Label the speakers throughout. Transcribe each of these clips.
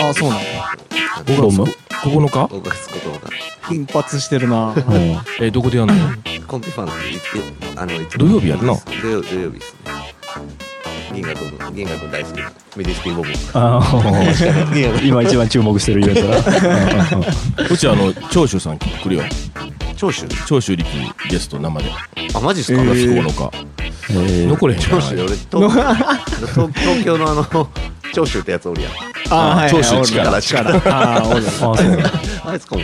Speaker 1: ああ、そうなんだ。
Speaker 2: ドーム
Speaker 3: 9日
Speaker 4: 5月9
Speaker 1: 奮発してるな。
Speaker 2: うんえ、どこでやんの
Speaker 4: 日、コンピファンって言って、あの、一応
Speaker 2: 土曜日やんな
Speaker 4: 土曜土曜日ですね。銀河君の、銀河君大好きな、メディスティンボブ。
Speaker 2: あー今一番注目してるイベントだうんうんうん
Speaker 3: うちあの長州さん来るよ
Speaker 4: 長州
Speaker 3: 長州力ゲスト生で
Speaker 4: あ、マジっす
Speaker 3: 9
Speaker 4: か、
Speaker 3: 月9日、
Speaker 2: えー
Speaker 3: 残れへんじゃ
Speaker 4: 長
Speaker 3: な
Speaker 4: 州
Speaker 3: い
Speaker 4: で俺東東東京のあの長州ってやつおるやん
Speaker 1: ああ、はい、はい。
Speaker 3: 長州力
Speaker 1: 俺力。ああ、おる。
Speaker 2: あそうなんだ
Speaker 4: あいつかも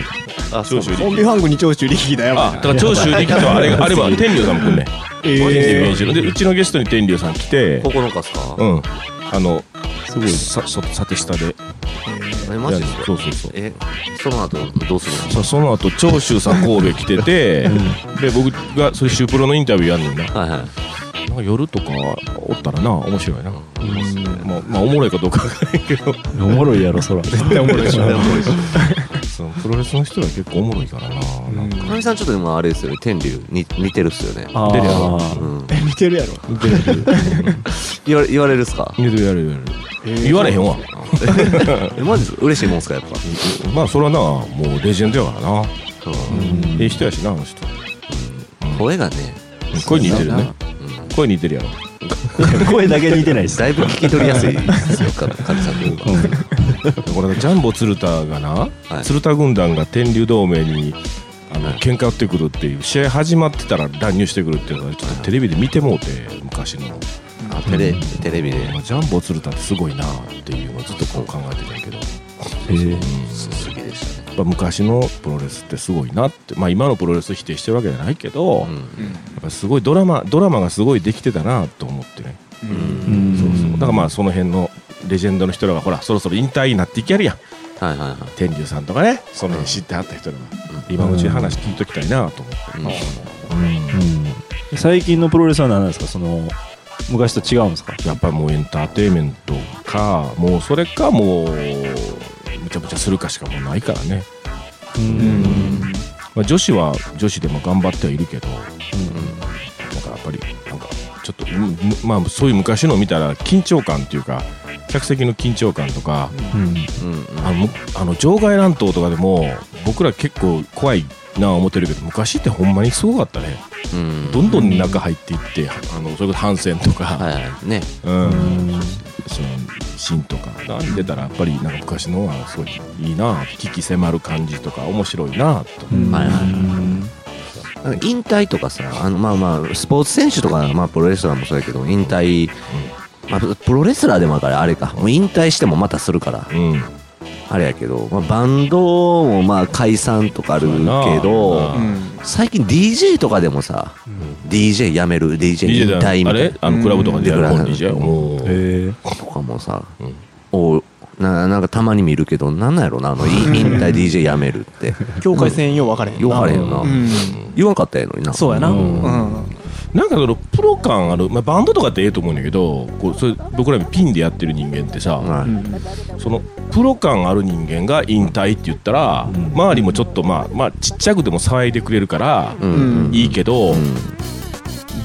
Speaker 4: あ
Speaker 3: 長州
Speaker 1: コンビ
Speaker 3: 力
Speaker 1: ファンクに長州力だよ。
Speaker 3: あだから長州力とあれ があれば天竜さんも来んね
Speaker 1: え
Speaker 3: イメー
Speaker 1: え
Speaker 3: ジのでうちのゲストに天竜さん来て
Speaker 4: 9日っすか
Speaker 3: うんあのすごいさそさて下で
Speaker 4: えマジで
Speaker 3: いやそうそうそう
Speaker 4: えその後どうする
Speaker 3: そその後長州さん神戸来て て、で僕がそういうシュープロのインタビューやんねんな
Speaker 4: のはいはい
Speaker 3: なんか夜とかおったらな面白いな、まあ、まあおもろいかどうかわからんけど
Speaker 2: おもろいやろそら絶対おもろいでしょ
Speaker 3: そのプロレスの人ら結構おもろいからななんか
Speaker 4: かみさんちょっと今あれですよね天竜に似てるっすよね
Speaker 2: あ
Speaker 3: 出るや
Speaker 2: ー
Speaker 4: うん
Speaker 1: 似てるやろ。
Speaker 4: 言われ言われるっすか
Speaker 3: 言うてるやるやる、言われへんわ
Speaker 4: えマジっす嬉しいもんっすかやっぱ
Speaker 3: まあそれはなもうレジェンドやからなええ人やしなあの人
Speaker 4: 声がね
Speaker 3: 声似てるね声似てるやろ
Speaker 2: 声だけ似てないです
Speaker 4: だいぶ聞き取りやすいですよかかみさんというか
Speaker 3: これジャンボ鶴田がな、
Speaker 4: い
Speaker 3: 鶴田軍団が天竜同盟にあの喧嘩売ってくるっていう試合始まってたら乱入してくるっていうのがちょっとテレビで見てもうて昔の
Speaker 4: あテレテレビで
Speaker 3: まあジャンボ鶴田ってすごいなっていうのをずっとこう考えてたんやけど、
Speaker 2: えー
Speaker 4: 好きでしたね
Speaker 3: まあ、昔のプロレスってすごいなって、まあ、今のプロレスを否定してるわけじゃないけど、
Speaker 4: う
Speaker 3: や
Speaker 4: ん
Speaker 3: っぱすごいドラマドラマがすごいできてたなと思ってね
Speaker 4: うん
Speaker 2: うん
Speaker 3: そうそうだからまあその辺のレジェンドの人らがほらそろそろ引退になっていけるやん
Speaker 4: はいはいはい
Speaker 3: 天竜さんとかねその辺知ってはった人らが、今のうちに話聞いときたいなと思って、
Speaker 4: うん
Speaker 2: うん最近のプロレスは何なんですかその昔と違うんですか
Speaker 3: やっぱりもうエンターテインメントかもうそれかもうむちゃむちゃするかしかもうないからね
Speaker 2: うん
Speaker 3: まあ、女子は女子でも頑張ってはいるけど、なんかやっぱりなんかちょっと、うんむまあ、そういう昔のを見たら緊張感っていうか客席の緊張感とか、
Speaker 4: うん
Speaker 3: あのむあの場外乱闘とかでも僕ら結構怖いなあ思ってるけど昔ってほんまにすごかったね、
Speaker 4: うん
Speaker 3: どんどん中入っていってあのそれこそ反戦とか、
Speaker 4: はいはいね
Speaker 3: うん、そのシーンとかが出たらやっぱりなんか昔のはすごいいいなあ危機迫る感じとか面白いなあと、
Speaker 4: はいはいはいなんか引退とかさあのまあまあスポーツ選手とか、まあ、プロレスラーもそうやけど引退、まあ、プロレスラーでもあるからあれかもう引退してもまたするから
Speaker 3: うん
Speaker 4: あれやけど、まあ、バンドもまあ解散とかあるけ
Speaker 3: そうや
Speaker 4: ど
Speaker 3: なうん
Speaker 4: 最近 DJ とかでもさ、DJ 辞める DJ 引
Speaker 3: DJ だ
Speaker 4: 退み
Speaker 3: あ
Speaker 4: たい
Speaker 3: れあのクラブとかでやる
Speaker 4: うん
Speaker 3: 本 DJ おー
Speaker 2: え
Speaker 4: な
Speaker 2: ー
Speaker 4: とかもさ、おななんかたまに見るけどなんなんやろなあのい引退 DJ 辞めるって
Speaker 1: 境界線よう分かれへんな。
Speaker 4: 言われへんな、
Speaker 1: うん。
Speaker 4: 言わんかったやのにな
Speaker 1: そうやな。
Speaker 3: う
Speaker 1: うんん。
Speaker 3: なんかそのプロ感ある、まあ、バンドとかってええと思うんだけどこうそれ僕らピンでやってる人間ってさ、
Speaker 4: はい
Speaker 3: そのプロ感ある人間が引退って言ったら、周りもちょっとまあ、まあ、ちっちゃくでも騒いでくれるから、
Speaker 4: うん
Speaker 3: いいけど、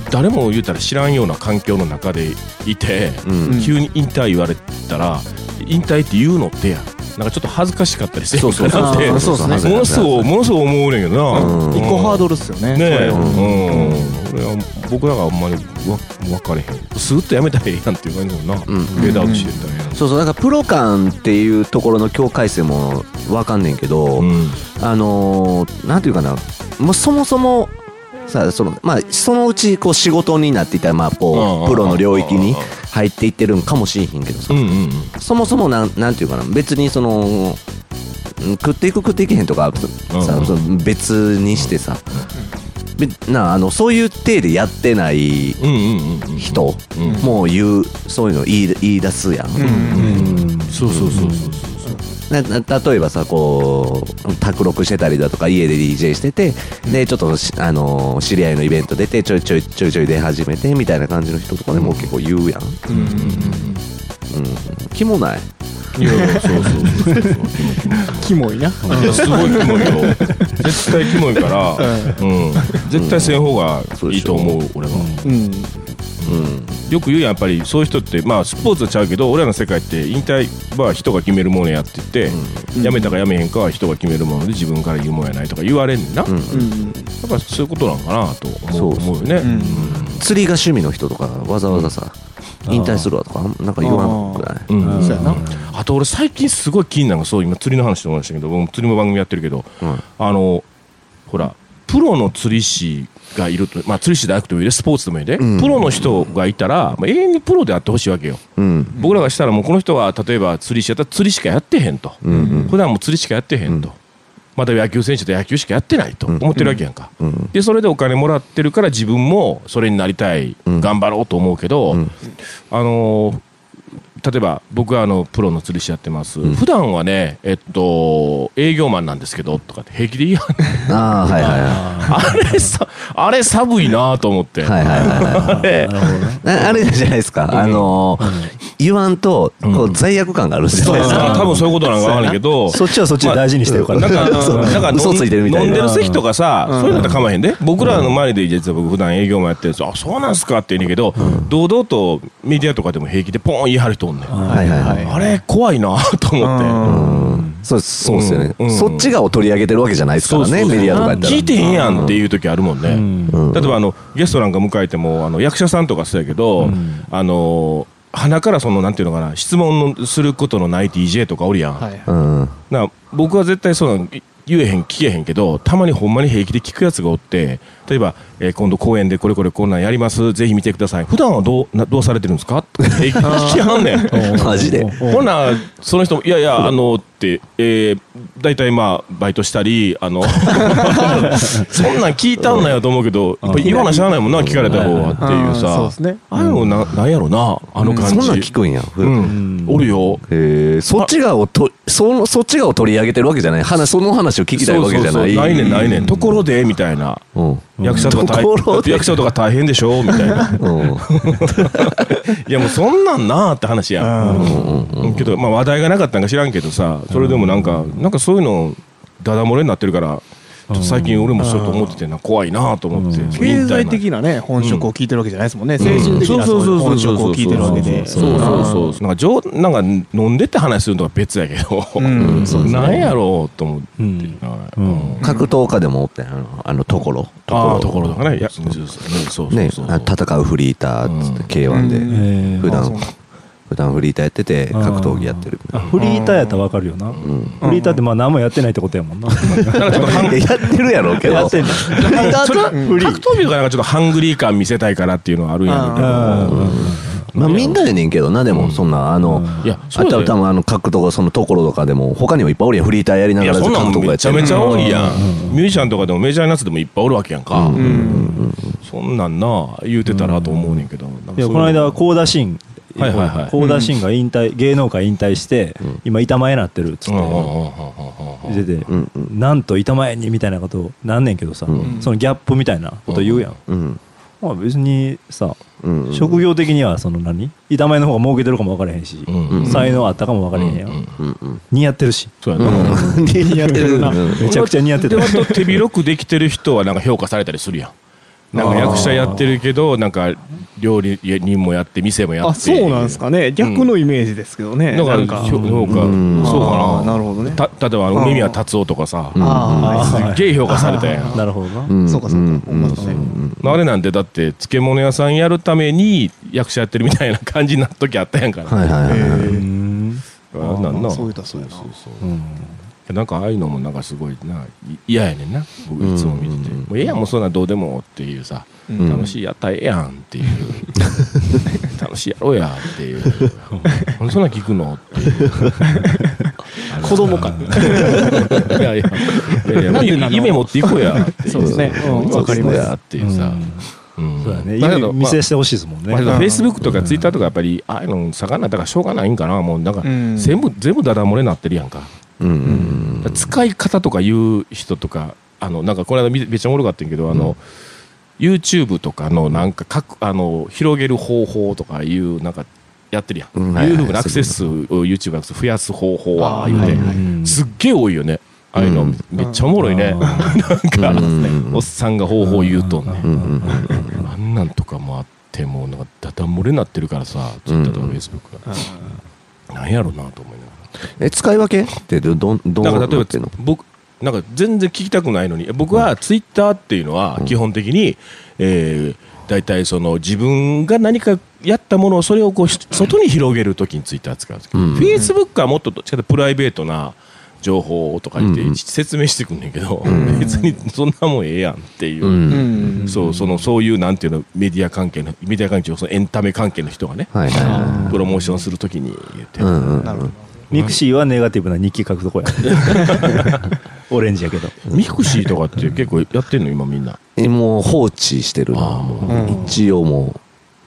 Speaker 3: 誰も言うたら知らんような環境の中でいて、
Speaker 4: うん
Speaker 3: 急に引退言われたら引退って言うのってやなんかちょっと恥ずかしかったりして
Speaker 4: そうそうそう
Speaker 3: だって
Speaker 1: あーそうそう
Speaker 3: ものすごいものすごい思うねんけどな、
Speaker 4: うん
Speaker 1: 一個ハードルっすよね。
Speaker 3: ね
Speaker 1: そ
Speaker 3: え、
Speaker 1: れ
Speaker 3: う
Speaker 1: は
Speaker 3: ん、俺は僕らがあんまりわ分かれへんスーッとやめたらええやんっていう感じだもんな、
Speaker 4: うん
Speaker 3: フェードアウトしてったらええやん
Speaker 4: そうそうなんかプロ感っていうところの境界線もわかんねんけど、
Speaker 3: うん
Speaker 4: あのー、なんていうかなもうそもそもさそのまあそのうちこう仕事になっていったらまあ
Speaker 3: うんうん
Speaker 4: こ
Speaker 3: う
Speaker 4: うんプロの領域に入っていってるんかもしれへんけどさ、
Speaker 3: うんうんうん
Speaker 4: そもそもなんなんていうかな別にそのうん食っていく食っていけへんとか
Speaker 3: うん
Speaker 4: さ、その別にしてさ、べなあのそういう体でやってない
Speaker 3: うんうんうん
Speaker 4: 人
Speaker 3: うん
Speaker 4: もう言うそういうの言い言い出すやん、
Speaker 3: うんそうそうそうそうそう
Speaker 4: なな例えばさこう卓録してたりだとか家で DJ してて、でちょっとし、あのー知り合いのイベント出てちょいちょいちょいちょい出始めてみたいな感じの人とかでもう結構言うやん、うん気もない
Speaker 3: いやいやそうそ うそうそうそう
Speaker 1: キモいな。
Speaker 3: いやすごいキ モいよ絶対キモいから、うん絶対せん方がいいと思う、俺は、
Speaker 1: うん。
Speaker 3: よく言うやんやっぱりそういう人ってまあスポーツはちゃうけど俺らの世界って引退は人が決めるものやって言って、やめたかやめへんかは人が決めるもので自分から言うもんやないとか言われんねんな、やっ
Speaker 1: うん
Speaker 3: ぱそういうことなんかなと思う
Speaker 4: そうそう
Speaker 3: 思うよね、
Speaker 1: うん
Speaker 4: 釣りが趣味の人とかわざわざさ、引退するわとかあんなんか言わんくない
Speaker 3: うん
Speaker 1: そうやな
Speaker 3: あと俺最近すごい気になるのそう今釣りの話してましたけど僕も釣りも番組やってるけど、
Speaker 4: うん
Speaker 3: あのほらプロの釣り師がいると、まあ、釣り師でなくてもいいでスポーツでもいいで、プロの人がいたら、まあ、永遠にプロであってほしいわけよ、
Speaker 4: うん
Speaker 3: 僕らがしたらもうこの人は例えば釣り師やったら釣りしかやってへんと、普段も釣りしかやってへんと、また野球選手と野球しかやってないと思ってるわけやんか、でそれでお金もらってるから自分もそれになりたい、頑張ろうと思うけど、あのー例えば僕はあのプロの釣り師やってます、普段はね、えっと、営業マンなんですけどとかって平気で言いやんね
Speaker 4: ああはいはいは
Speaker 3: あれさあれ寒いなと思って、
Speaker 4: いはいはいはいはい
Speaker 3: あれ
Speaker 4: ああれじゃないですか、あのー言わんとこう罪悪感があるんですよ
Speaker 3: そう
Speaker 4: ね、
Speaker 3: 多分そういうことなんかわからんけど
Speaker 2: そっちはそっちで大事にしてるから
Speaker 3: なんか、
Speaker 4: そう
Speaker 3: なんか飲ん
Speaker 4: 嘘ついてるみたいな
Speaker 3: 飲んでる席とかさ、そういうのって構わへんで。僕らの前で、実は僕普段営業もやってるんですよあ、そうなんすかって言うんだけど、堂々とメディアとかでも平気でポーン言い張る人おんねん。
Speaker 4: はいはいはい
Speaker 3: あれ、怖いなと思って。
Speaker 4: そうそうですよね、
Speaker 3: うんうん
Speaker 4: そっちがを取り上げてるわけじゃないですからねメディアとかやったら
Speaker 3: 聞いてへんやんっていう時あるもんね。
Speaker 4: うん
Speaker 3: 例えばあのゲストなんか迎えてもあの役者さんとかそうやけど、あの鼻からそのなんていうのかな質問のすることのない DJ とかおるやん、
Speaker 1: はい
Speaker 4: うん
Speaker 3: な僕は絶対そうなのい言えへん聞けへんけどたまにほんまに平気で聞くやつがおって例えば、えー今度公演でこれこれこんなんやりますぜひ見てください普段はどうなどうされてるんですかって平気で聞きはんねん
Speaker 4: マジで
Speaker 3: ほな、その人も、いや いや、あの、って、えー、大体まあ、バイトしたり、あ の、そんなん聞いたんだよと思うけど、やっぱ言わなしゃあないもんな、聞かれた方はっていう
Speaker 1: あー
Speaker 3: さ、
Speaker 1: そうですね
Speaker 3: ああいうのな、なんやろな、あの
Speaker 4: そ
Speaker 3: 感
Speaker 4: ん
Speaker 3: じ。
Speaker 4: なん聞くんや、ふ
Speaker 3: うん、おるよ。
Speaker 4: えーそっちがをとそのそっちがを取り上げてるわけじゃない話その話を聞きたいわけじゃ
Speaker 3: そ
Speaker 4: な
Speaker 3: うそう
Speaker 4: い
Speaker 3: そうないねん、ないねん。ところで、みたいな。
Speaker 4: うん
Speaker 3: 役者とか大
Speaker 4: ところで
Speaker 3: 役者とか大変でしょみたいな。
Speaker 4: うん
Speaker 3: いやもうそんなんなーって話やん。うんけど、まあ話題がなかったんか知らんけどさ、それでもなんか、なんかそういうの、ダダ漏れになってるから、ちょっと最近俺もそうやと思っててな、怖いなと思って。
Speaker 1: 経済
Speaker 3: 引退前
Speaker 1: 的なね本職を聞いてるわけじゃないですもんね、精神的なそういう本職を聞いてるわけで
Speaker 3: そうそうそうそうなんか冗なんか飲んでって話するのは別やけど、
Speaker 1: んそうですね
Speaker 3: なんやろうと思って、
Speaker 2: うん
Speaker 3: はい
Speaker 2: うん
Speaker 4: 格闘家でもおったやんあのあのところ
Speaker 3: ああところとかねいやそうそうそう
Speaker 4: ね
Speaker 3: そう
Speaker 4: あ戦うフリーターっつって K1 で、
Speaker 1: うん
Speaker 2: えー
Speaker 4: 普
Speaker 1: あ
Speaker 4: 段
Speaker 1: そうなん
Speaker 4: 普段フリーターやってて格闘技やってるみたいな
Speaker 2: フリーターやったらわかるよな。フリーターってまあ何もやってないってことやもんな。
Speaker 4: い ややってるやろうけど
Speaker 2: やってんだ。
Speaker 3: それは格闘技とかなんかちょっとハングリー感見せたいからっていうのはあるんやろうけど
Speaker 4: まあみんなやねんけどな、でもそんな、あの、
Speaker 3: いや
Speaker 4: あ
Speaker 3: そうだ
Speaker 4: た
Speaker 3: よ
Speaker 4: ぶ多分あの格闘家、そのところとかでも、他にもいっぱいおるやん、フリーターやりないが
Speaker 3: や
Speaker 4: らず
Speaker 3: そん
Speaker 4: 格
Speaker 3: なん
Speaker 4: 闘家や
Speaker 3: め
Speaker 4: って
Speaker 3: ちゃ
Speaker 4: る
Speaker 3: めちゃ多いやん、ミュージシャンとかでもメジャーなやつでもいっぱいおるわけやんか、そんなんな言うてたらと思うねんけど、なん
Speaker 2: い
Speaker 3: か
Speaker 2: や
Speaker 3: そう
Speaker 2: こ
Speaker 3: う
Speaker 2: の間高田真
Speaker 3: はいはいはい
Speaker 2: 高田真が引退芸能界引退して今板前なってるっつ
Speaker 3: う
Speaker 2: っ
Speaker 3: んうんうんうん
Speaker 2: て出てなんと板前にみたいなことなんねんけどさそのギャップみたいなこと言うやん
Speaker 4: うん。
Speaker 2: まあ別にさ
Speaker 4: うんうん
Speaker 2: 職業的にはその何板前の方が儲けてるかも分からへんし
Speaker 3: うんうん
Speaker 2: 才能あったかも分からへんやん
Speaker 4: うんうん。
Speaker 2: 似合ってるし
Speaker 3: そうやな、
Speaker 4: やってるな。うん
Speaker 2: めちゃくちゃ似合ってた
Speaker 3: で割と手広くできてる人はなんか評価されたりするやんなんか役者やってるけどなんか料理人もやって店もやって
Speaker 1: あそうなんですかね逆のイメージですけどね、
Speaker 3: だか
Speaker 1: な
Speaker 3: ら
Speaker 1: んか
Speaker 3: 評価、
Speaker 4: ん
Speaker 3: そう
Speaker 1: あ
Speaker 3: か
Speaker 1: ー
Speaker 3: な
Speaker 1: なるほどね
Speaker 3: た例えばあの耳は達夫とかさ、
Speaker 1: あ
Speaker 3: すっげえ評価されたやん
Speaker 2: なるほどな
Speaker 1: あそうかそうか、ほんまだね
Speaker 3: まあ、あれなんてだって漬物屋さんやるために役者やってるみたいな感じになっ時あったやんか
Speaker 4: はい
Speaker 3: ら、
Speaker 4: はいはいはい。
Speaker 2: うん
Speaker 3: あんなんな
Speaker 1: そういうたそうやな
Speaker 3: なんかああいうのもなんかすごいな嫌やねんな僕いつも見てて「もうええやんもうそんなんどうでも」っていうさ、
Speaker 1: うん
Speaker 3: 楽しいやったらええやんっ ていう楽しいやろうやっていううんそんなん聞くのっていう
Speaker 1: 子供か
Speaker 3: いやいやい やいやもう夢夢持っていこうやってい
Speaker 1: そうですねうんわかります
Speaker 3: そうやっていうさ、うん
Speaker 2: そうだね
Speaker 3: だけど
Speaker 2: 見せしてほしいですもんね
Speaker 3: まあ、フェイスブックとかツイッターとかやっぱりああいうの魚だからしょうがないんかなもうなんか
Speaker 1: うん
Speaker 3: 全部全部ダダ漏れになってるやんか
Speaker 4: うんうん
Speaker 3: だから使い方とか言う人とかあのなんかこの間見てめっちゃおもろかったんやけどあの、YouTube とかのなんかかあの広げる方法とかいうなんかやってるやん、
Speaker 4: うんはいはい
Speaker 3: YouTube のアクセス数を YouTube のアクセス増やす方法は
Speaker 1: あー
Speaker 3: 言うて、
Speaker 1: はいはい
Speaker 2: うん
Speaker 3: すっげえ多いよねああいうの、
Speaker 4: うん
Speaker 3: めっちゃおもろいね、
Speaker 2: うん
Speaker 3: なんか、
Speaker 4: うん
Speaker 3: おっさんが方法言うとんね、
Speaker 4: うんうん。
Speaker 3: あんなんとかもあっってもうなんかだだ漏れになってるからさツイッターとかフェイスブックが、なんやろうなと思いなが
Speaker 4: え、使い分けってど、どん、どん
Speaker 3: らだ
Speaker 4: な
Speaker 3: から例
Speaker 4: っ
Speaker 3: え
Speaker 4: てんの
Speaker 3: ば僕なんか全然聞きたくないのに僕はツイッターっていうのは基本的に、えー大体その自分が何かやったものをそれをこうひ外に広げるときにツイッター使うんですけど、
Speaker 4: うん
Speaker 3: フェイスブックはもっとどっちかというとプライベートな情報とか言って
Speaker 4: うん
Speaker 3: 説明してくんねんけど、
Speaker 4: ん
Speaker 3: 別にそんなもんええやんっていう、
Speaker 4: うん。
Speaker 1: うん
Speaker 3: そうそのそういうなんていうのメディア関係のメディア関係のそのエンタメ関係の人がね
Speaker 4: はいはいは
Speaker 3: プロモーションするときに言って、
Speaker 4: い。うんうん
Speaker 1: なるほど
Speaker 2: ミクシーはネガティブな日記書くとこやオレンジやけど
Speaker 3: ミクシーとかって結構やってんの今みんな
Speaker 4: え。もう放置してるな、
Speaker 3: あー
Speaker 4: もう
Speaker 1: うん
Speaker 4: 一応も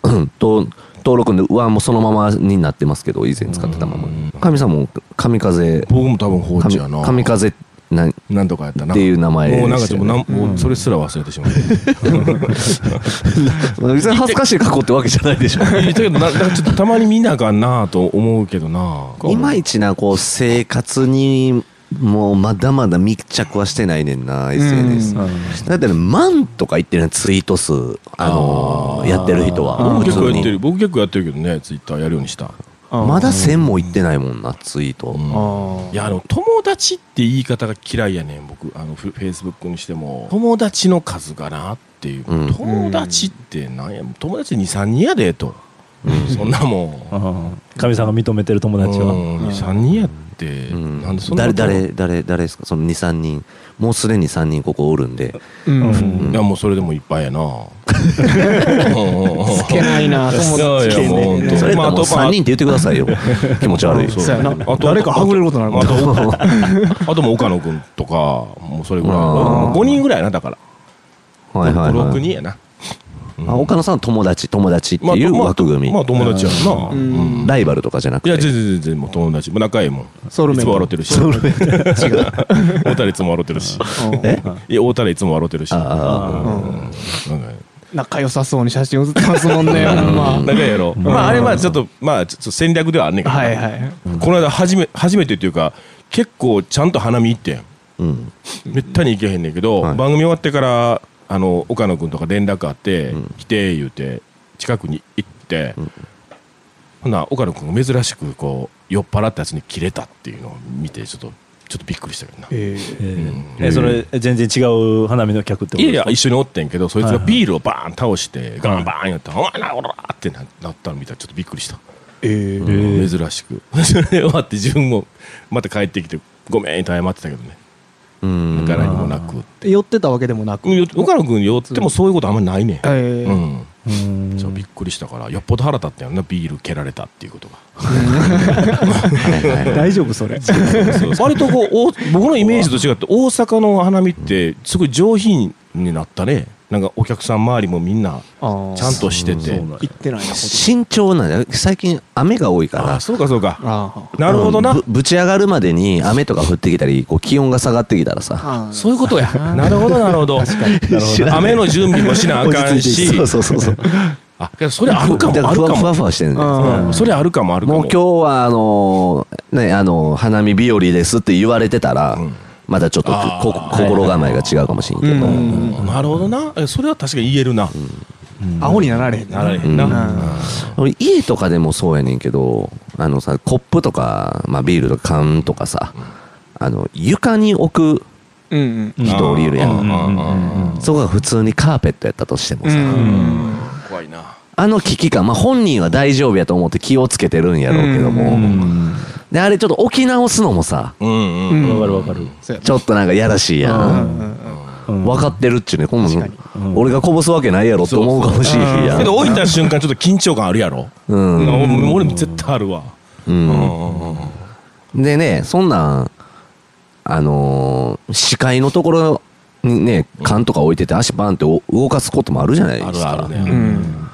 Speaker 4: う、うんと登録のはもうそのままになってますけど、以前使ってたまま
Speaker 3: うん。
Speaker 4: 神さんも、神風、
Speaker 3: 僕も多分放置やな
Speaker 4: 神神風、な
Speaker 3: 何とかやったな
Speaker 4: っていう名前でした
Speaker 3: も
Speaker 4: よね
Speaker 3: うなんかちょっとなんもう それすら忘れてしまった
Speaker 4: 別に恥ずかしい過去ってわけじゃないでしょ。
Speaker 3: だけどななんかちょっとたまに見なあかんなあと思うけどなあ
Speaker 4: いまいちな、こう、生活に、もうまだまだ密着はしてないねんな、SNS。
Speaker 1: うん
Speaker 4: だってね、万とか言ってるね、ツイート数、あのーやってる人は。
Speaker 3: 僕結構やっ
Speaker 4: 普通
Speaker 3: て
Speaker 4: に
Speaker 3: る僕結構やってるけどねツイッターやるようにした
Speaker 4: まだ1000もいってないもんな、ツイー
Speaker 1: あ
Speaker 4: ト。
Speaker 1: ー
Speaker 3: いやあの友達って言い方が嫌いやねん僕あのフェイスブックにしても友達の数がなっていう、
Speaker 4: うん
Speaker 3: 友達ってなんや友達23人やでと、そんなもん
Speaker 2: かみさんが認めてる友達は
Speaker 3: 23人やって、
Speaker 4: うん
Speaker 3: なんでそんな
Speaker 4: 誰
Speaker 3: こ
Speaker 4: 誰
Speaker 3: と
Speaker 4: 誰誰ですかその23人もうすでに3人ここおるんで
Speaker 1: うん
Speaker 3: いやもうそれでもいっぱ いやな
Speaker 1: つけないな友達
Speaker 3: いやいやもうほんと
Speaker 4: それ
Speaker 3: まあ
Speaker 4: もう
Speaker 3: あとまあ
Speaker 4: 3人って言ってください よ気持ち悪い
Speaker 3: そう
Speaker 1: そうやな
Speaker 3: あと
Speaker 1: 誰かはぐれることになるもん
Speaker 3: あとあともう岡野君とかもうそれぐらい
Speaker 4: うん
Speaker 3: 5人ぐらいやなだから
Speaker 4: はいはい
Speaker 3: 56
Speaker 4: は
Speaker 3: 人
Speaker 4: い
Speaker 3: やな
Speaker 4: あ岡野さんは友達友達っていう
Speaker 3: まあ
Speaker 4: 枠組み
Speaker 3: まあ友達やんな、
Speaker 1: うん
Speaker 3: うん
Speaker 4: ライバルとかじゃなく
Speaker 3: いや
Speaker 4: て
Speaker 3: 全然全然もう友達もう仲いいもん
Speaker 1: ソウルメイ
Speaker 3: いつ
Speaker 1: ト
Speaker 3: も笑ってるし
Speaker 1: ソウルメイト
Speaker 3: 大田いつも笑ってるし
Speaker 1: うん
Speaker 4: え
Speaker 3: いや大田いつも笑ってるし
Speaker 4: あ
Speaker 1: う
Speaker 4: ああ
Speaker 1: ん
Speaker 4: あ
Speaker 3: なんか
Speaker 1: 仲良さそうに写真写ってますもんねほんま
Speaker 3: 仲いいやろまああれはちょっとまあちょっと戦略ではあんねんけどな
Speaker 1: はいはい
Speaker 3: この間初め初めてっていうか結構ちゃんと花見行ってん
Speaker 4: うん
Speaker 3: めったに行けへんねんけど、
Speaker 4: はい
Speaker 3: 番組終わってからあの岡野君とか連絡あって、来て言うて近くに行って、ほな岡野君が珍しくこう酔っ払ったやつに切れたっていうのを見てちょっとちょっとびっくりしたけどな。
Speaker 1: え
Speaker 2: え
Speaker 1: ー
Speaker 2: ーえそれ全然違う花見の客ってこと
Speaker 3: いやい
Speaker 2: です
Speaker 3: や
Speaker 2: か
Speaker 3: 一緒におってんけどそいつ
Speaker 2: はい
Speaker 3: が
Speaker 2: はい
Speaker 3: ビールをバーン倒してガンバーンやったら「おいなおら!」ってななったの見たらちょっとびっくりした、
Speaker 1: えー
Speaker 2: へえ
Speaker 3: 珍しくそれで終わって自分もまた帰ってきて「ごめん」と謝ってたけどね
Speaker 4: うん
Speaker 3: 柄にもなく
Speaker 1: で寄ってたわけでもなく
Speaker 3: うんよ岡野君酔ってもそういうことあんまりないねん、
Speaker 1: え
Speaker 3: う
Speaker 1: ー
Speaker 3: ん
Speaker 2: うん
Speaker 3: そうびっくりしたからよっぽど腹立ったよなビール蹴られたっていう ことが
Speaker 1: 大丈夫それ
Speaker 3: 割とこうお僕のイメージと違って大阪の花見ってすごい上品になったねなんかお客さん周りもみんな
Speaker 1: あー
Speaker 3: ちゃんとして
Speaker 2: そう
Speaker 3: て
Speaker 2: なんや
Speaker 1: 行ってないな
Speaker 4: 慎重なんだよ最近雨が多いから
Speaker 3: あそうかそうか
Speaker 1: あー
Speaker 3: なるほどな
Speaker 4: ぶぶち上がるまでに雨とか降ってきたりこう気温が下がってきたらさ
Speaker 1: あー
Speaker 3: そういうことやなるほどなるほど
Speaker 4: 知らない
Speaker 3: 雨の準備もしなあ
Speaker 4: 落
Speaker 3: かん
Speaker 4: ち着い
Speaker 3: して
Speaker 4: そうそうそうそう
Speaker 3: あけどそれあるかも
Speaker 4: だ
Speaker 3: あ
Speaker 4: らふ
Speaker 3: る
Speaker 4: わ
Speaker 3: か
Speaker 4: ふわ
Speaker 3: も
Speaker 4: ふわしてるんだよ
Speaker 1: あー
Speaker 3: うんそれあるかもあるか
Speaker 4: もう
Speaker 3: も
Speaker 4: 今日はあのーねあのー花見日和ですって言われてたら、まだちょっと
Speaker 3: あー
Speaker 4: こ心構えが違うかもしれんけど、
Speaker 3: うんなるほどなえそれは確かに言えるな
Speaker 1: 青になられへん
Speaker 3: なられへ
Speaker 1: ん
Speaker 3: んな
Speaker 1: う
Speaker 4: 俺家とかでもそうやねんけどあのさコップとか、まあ、ビールとか缶とかさあの床に置く
Speaker 1: うん
Speaker 2: うん
Speaker 4: 人おりいるやん
Speaker 3: うううんうん
Speaker 4: そこが普通にカーペットやったとしても
Speaker 1: う
Speaker 4: さ、
Speaker 1: ん
Speaker 3: 怖いな
Speaker 4: あの危機感、まあ、本人は大丈夫やと思って気をつけてるんやろうけども、
Speaker 2: うん
Speaker 4: であれちょっと置き直すのもさ
Speaker 3: うんうん
Speaker 1: うん
Speaker 2: わかるわかる
Speaker 1: そうやな
Speaker 4: ちょっとなんかやらしいや
Speaker 1: うん
Speaker 4: ん
Speaker 1: うんうん
Speaker 2: うん
Speaker 4: 分かってるっちゅうねこんなん
Speaker 1: 確
Speaker 2: に
Speaker 4: 俺がこぼすわけないやろって思うかもしれへんや
Speaker 3: け
Speaker 4: ん
Speaker 3: ど置いた瞬間ちょっと緊張感あるやろ、
Speaker 4: うん
Speaker 3: うん俺も絶対あるわ、
Speaker 4: う
Speaker 3: うん
Speaker 4: ん
Speaker 3: うんうん
Speaker 4: でねそんなんあのー視界のところにね缶とか置いてて足バンってお動かすこともあるじゃない
Speaker 3: あ
Speaker 4: で
Speaker 3: る
Speaker 4: すか
Speaker 3: あるね、
Speaker 1: うん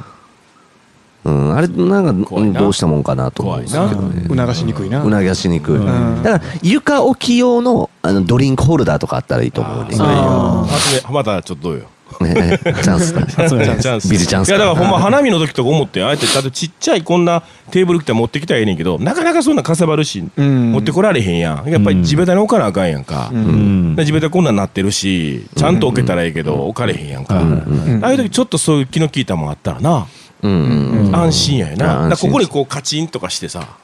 Speaker 4: うん、あれなんか
Speaker 3: 怖いな
Speaker 4: どうしたもんかなと思うん
Speaker 3: 怖い
Speaker 4: ですけ
Speaker 3: な
Speaker 4: どね
Speaker 1: 促しにくいな
Speaker 4: うなぎ足しにくい、
Speaker 1: ん
Speaker 4: だから床置き用のあのドリンクホルダーとかあったらいいと思うね
Speaker 1: あ
Speaker 3: 初めまたちょっとどうよ
Speaker 4: ねチャンスだ
Speaker 3: チャンス
Speaker 4: ビリチャンス
Speaker 3: いやだからほんま花見の時とか思ってあえてだってちっちゃいこんなテーブル来たら持ってきたらええねんけどなかなかそんなかさばるし、
Speaker 1: うん
Speaker 3: 持ってこられへんやんやっぱり地べたに置かなあかんやんか、
Speaker 1: ん
Speaker 2: うん
Speaker 3: で地べたこんなんなってるしちゃんと置けたらええけど置かれへんやんか、ああいう時ちょっとそういう気の利いたもんあったらな、
Speaker 4: うんうんうん
Speaker 3: 安心やよな
Speaker 4: あ安心
Speaker 3: だからここにこうカチンとかしてさ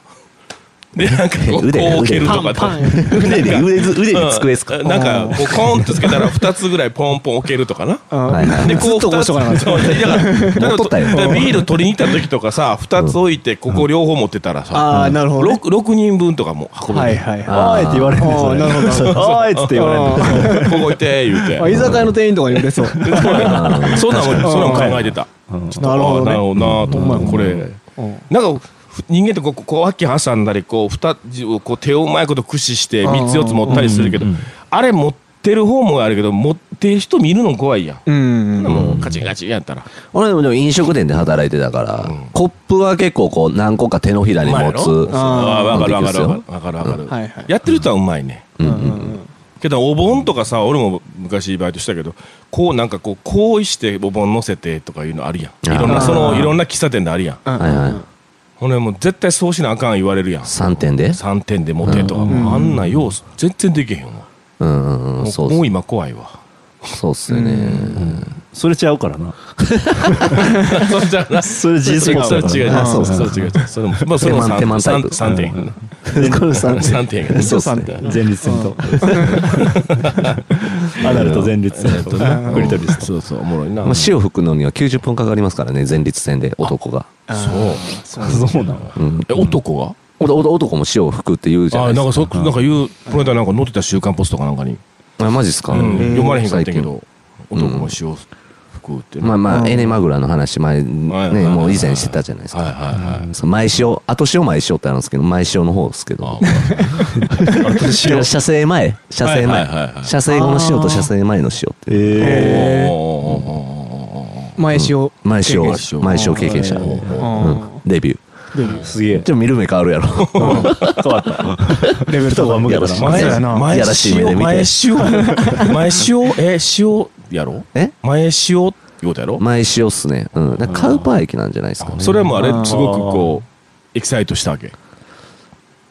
Speaker 3: でなんかこう
Speaker 4: 腕で
Speaker 3: こう
Speaker 4: 腕
Speaker 3: 蹴
Speaker 4: で
Speaker 3: る
Speaker 4: パ
Speaker 3: と
Speaker 1: パ
Speaker 3: か
Speaker 1: ンパン
Speaker 3: と
Speaker 4: 腕で腕ず腕で机ですか
Speaker 3: うんなんかこうコーンとつけたら2つぐらいポンポン置けるとかな
Speaker 1: あ
Speaker 4: はいはい
Speaker 3: でこう
Speaker 1: ずっとこうしとかなあかん
Speaker 3: そうだからだから
Speaker 4: 持っとったよ
Speaker 3: だからビール取りに行った時とかさ2つ置いてここ両方持ってたらさ
Speaker 1: あーなるほどね
Speaker 3: 6, 人分とかも運べ
Speaker 1: はい
Speaker 3: る
Speaker 1: はいはい
Speaker 2: あーいって言われるんですよね
Speaker 1: あーなるほど
Speaker 2: あーいっつって言われるんだ
Speaker 3: うんここ置いて言うて
Speaker 1: あ居酒屋の店員とかに売れそう
Speaker 3: そうやなそんなんもそんなんも考えてた
Speaker 1: なるほど
Speaker 3: あーな
Speaker 1: ね
Speaker 3: るほどなと思ってこれ
Speaker 1: うん
Speaker 3: なんかふ人間ってこうこう脇挟んだりこう二つをこう手をうまいこと駆使して
Speaker 1: うん
Speaker 3: 3つ4つ持ったりするけど
Speaker 2: うんうん
Speaker 3: あれ持ってる方もあるけど持ってる人見るの怖いやん
Speaker 1: うん
Speaker 3: そんなもうカチンカチンやったら
Speaker 4: 俺でもでも飲食店で働いてたから、コップは結構こう何個か手のひらに持つ。
Speaker 3: うまいやろ
Speaker 1: あ
Speaker 3: あ
Speaker 1: ー
Speaker 3: 分か
Speaker 4: できる
Speaker 3: る分
Speaker 4: っ
Speaker 3: か
Speaker 4: す
Speaker 3: る
Speaker 4: よ
Speaker 3: 分かる分かる分か
Speaker 1: はい
Speaker 3: る
Speaker 1: はい
Speaker 3: やってる人はうまいね
Speaker 1: うんうん
Speaker 3: けどお盆とかさ俺も昔バイトしたけどこうなんかこうこうしてお盆乗せてとかいうのあるやんいろんなそのいろんな喫茶店であるやん
Speaker 1: うん
Speaker 4: はいはい。
Speaker 3: ほんでもう絶対そうしなあかん言われるやん
Speaker 4: 3点で
Speaker 3: 3点でモテとか、もうあんな要素全然できへんわ、
Speaker 4: うんうんうん。
Speaker 3: も
Speaker 4: そううっ
Speaker 3: もう
Speaker 4: す
Speaker 3: 今怖いわ
Speaker 4: そうっすよね。
Speaker 2: それちゃうからな
Speaker 3: それじゃあな
Speaker 2: それ G スポーツだから
Speaker 3: それ違う
Speaker 4: あそう
Speaker 3: それ違う違うそれもまあそれも
Speaker 4: 手満手満タイプ
Speaker 3: 3点
Speaker 2: うん
Speaker 4: この三点
Speaker 3: 3点やけど
Speaker 4: そうっ
Speaker 1: そう
Speaker 4: すね。
Speaker 2: 前立腺と アダルト前立腺とクリトリス
Speaker 3: そうそうおもろいな、
Speaker 4: まあ、潮吹くのには90分かかりますからね、前立腺で男が。
Speaker 1: そう
Speaker 2: そうなの
Speaker 3: え男が
Speaker 4: おお男も潮吹くって言うじゃな
Speaker 3: あ
Speaker 4: いで
Speaker 3: なん
Speaker 4: す
Speaker 3: か
Speaker 4: か。
Speaker 3: そなんか言うこの間なんか載ってた「週刊ポスト」かなんかに、
Speaker 4: あマジっすか、
Speaker 3: うん読まれへんかったけ
Speaker 4: 最
Speaker 3: ど
Speaker 4: 近
Speaker 3: 男も塩を服ってね、
Speaker 4: まあまあ、エネマグラの話前、
Speaker 3: はいはい
Speaker 4: ね、
Speaker 3: はい
Speaker 4: もう以前してたじゃないです
Speaker 3: はい
Speaker 4: か。
Speaker 3: はいはい
Speaker 4: そう前潮、後潮前潮ってあるんですけど、前潮の方ですけ
Speaker 3: あ
Speaker 4: ど。
Speaker 2: 塩
Speaker 4: 射精前、射精前
Speaker 3: はいはいはいは。い
Speaker 4: 射精後の潮と射精前の潮って。
Speaker 2: え
Speaker 1: え
Speaker 3: お
Speaker 1: ー前塩
Speaker 4: 前潮
Speaker 1: 経験、
Speaker 3: 者
Speaker 4: 前潮経験者。
Speaker 3: おー
Speaker 4: うんデビュー。
Speaker 2: ーすげえ
Speaker 4: ちょっと見る目変わるやろ。
Speaker 2: 変わった
Speaker 1: レベル
Speaker 2: 人
Speaker 1: と
Speaker 2: が
Speaker 1: か
Speaker 2: 向け
Speaker 4: いや
Speaker 2: た
Speaker 3: ーおーおーおー
Speaker 1: 前そうやな
Speaker 3: おー前
Speaker 4: いやらしい目で見
Speaker 3: 塩
Speaker 4: て
Speaker 3: 前塩前塩えー塩やろ
Speaker 4: え
Speaker 3: 前塩ってことやろ
Speaker 4: 前潮っすね。うん。だからカウパー駅なんじゃないですかね。
Speaker 3: それもあれ
Speaker 1: あー
Speaker 3: すごくこうエキサイトしたわけ
Speaker 4: う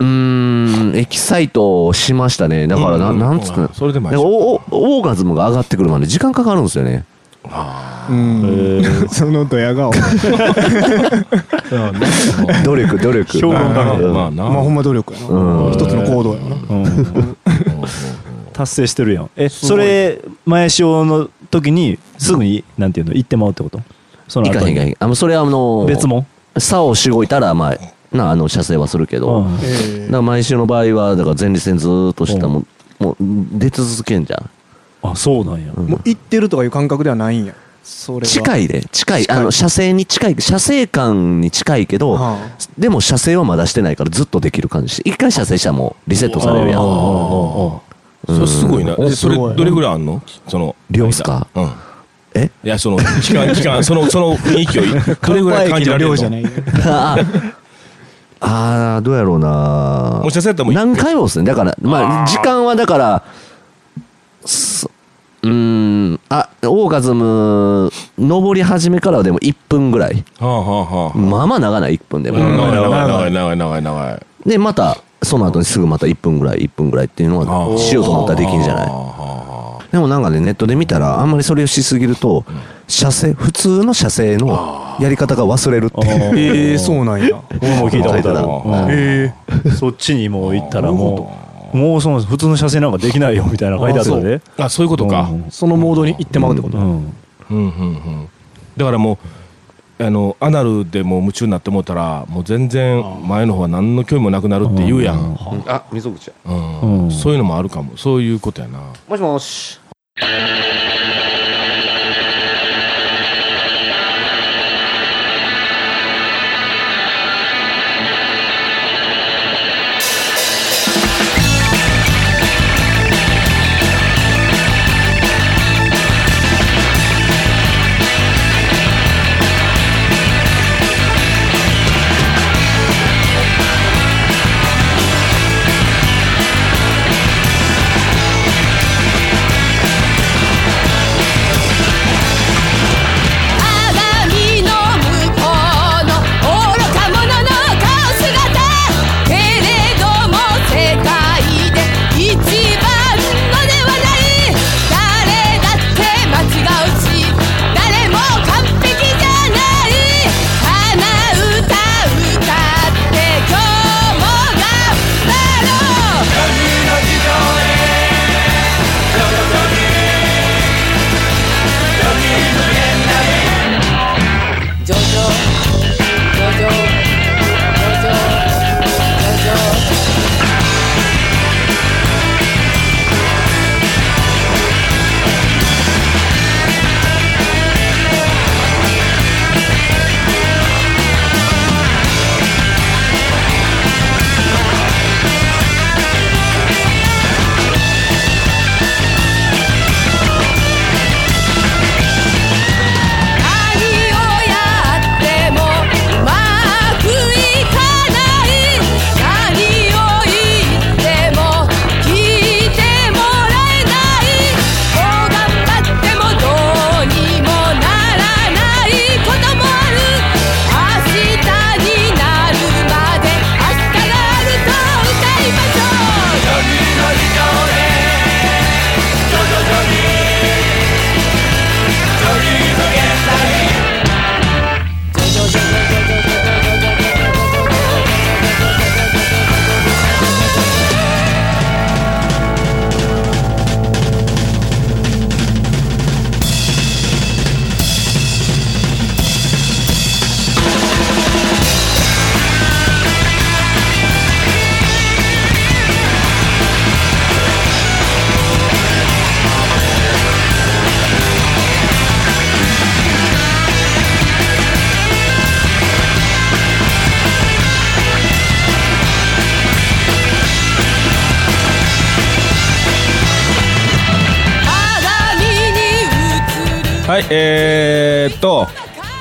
Speaker 4: ーん、エキサイトしましたね。だからな、
Speaker 3: うん
Speaker 4: なんつって
Speaker 3: うんそれで前
Speaker 4: なんかおおオーガズムが上がってくるまで時間かかるんですよね。
Speaker 1: うん そのドヤ顔
Speaker 4: 努力、努力。
Speaker 2: 評論家
Speaker 4: うん
Speaker 3: まあな
Speaker 1: まあほんま努力や
Speaker 4: う
Speaker 1: なん一つの行動やな
Speaker 2: うん達成してるやんえそれ前潮の時にすぐになんていうの行ってまうってことその
Speaker 4: いか
Speaker 2: 後
Speaker 4: へんいかへ
Speaker 2: に
Speaker 4: ん。あの、それはあの、
Speaker 2: 別。も
Speaker 4: 差をしごいたら、まあ、な、あの、射精はするけど、
Speaker 2: うん
Speaker 1: え
Speaker 4: だ
Speaker 1: ー
Speaker 4: から毎週の場合は、だから前立腺ずーっとしてたら
Speaker 2: うん
Speaker 4: もう、もう、出続けんじゃん。
Speaker 2: あそうなんや
Speaker 1: もう行ってるとかいう感覚ではないんやそれは
Speaker 4: 近
Speaker 1: い
Speaker 4: いで、近い。
Speaker 1: 近い
Speaker 4: あの、射精に近い、射精感に近いけど、
Speaker 1: はあ
Speaker 4: でも射精はまだしてないからずっとできる感じして、一回射精したらもうリセットされるや
Speaker 2: あー
Speaker 4: ん。
Speaker 2: あーあー
Speaker 3: それすごいな
Speaker 1: うん
Speaker 3: えそれ
Speaker 1: すごいな
Speaker 3: どれぐらいあんのその
Speaker 4: 量っすか
Speaker 3: うん
Speaker 4: え
Speaker 3: いやその期間期間そのその雰囲気を どれぐらい感じられる
Speaker 1: 量
Speaker 3: の
Speaker 1: じゃない
Speaker 4: あ あー、どうやろうな
Speaker 3: もしかしたらもう
Speaker 4: 何回もですね。だから、まあ、時間はだから、すうーん、あ、オーガズム、登り始めからはでも1分ぐらい。
Speaker 3: はあはあはあ
Speaker 4: まあまあ長ない、1分でも。
Speaker 3: 長い長い長い長い長い長い
Speaker 4: で、また、その後にすぐまた1分ぐらい、1分ぐらいっていうのは、しようと思ったらできんじゃない
Speaker 3: はあは
Speaker 4: でもなんかね、ネットで見たら、あんまりそれをしすぎると、射精、普通の射精のやり方が忘れるってい
Speaker 1: え
Speaker 4: う。
Speaker 1: えそうなんや
Speaker 2: 俺も聞いたことある
Speaker 1: え
Speaker 2: うんそっちにもう行ったらもうもうその普通の写真なんかできないよみたいな書いてあったで
Speaker 3: あはああそういうことか
Speaker 2: うん
Speaker 1: そのモードに行ってまうってこと
Speaker 2: うん
Speaker 3: うんうんうんだからもうあのアナルでもう夢中になってもうたらもう全然前の方は何の興味もなくなるって言うやん
Speaker 4: あ、溝口や。
Speaker 3: うん
Speaker 2: うん
Speaker 3: そういうのもあるかもそういうことやな
Speaker 4: もしもし。
Speaker 5: 「
Speaker 3: はい、えー、っと、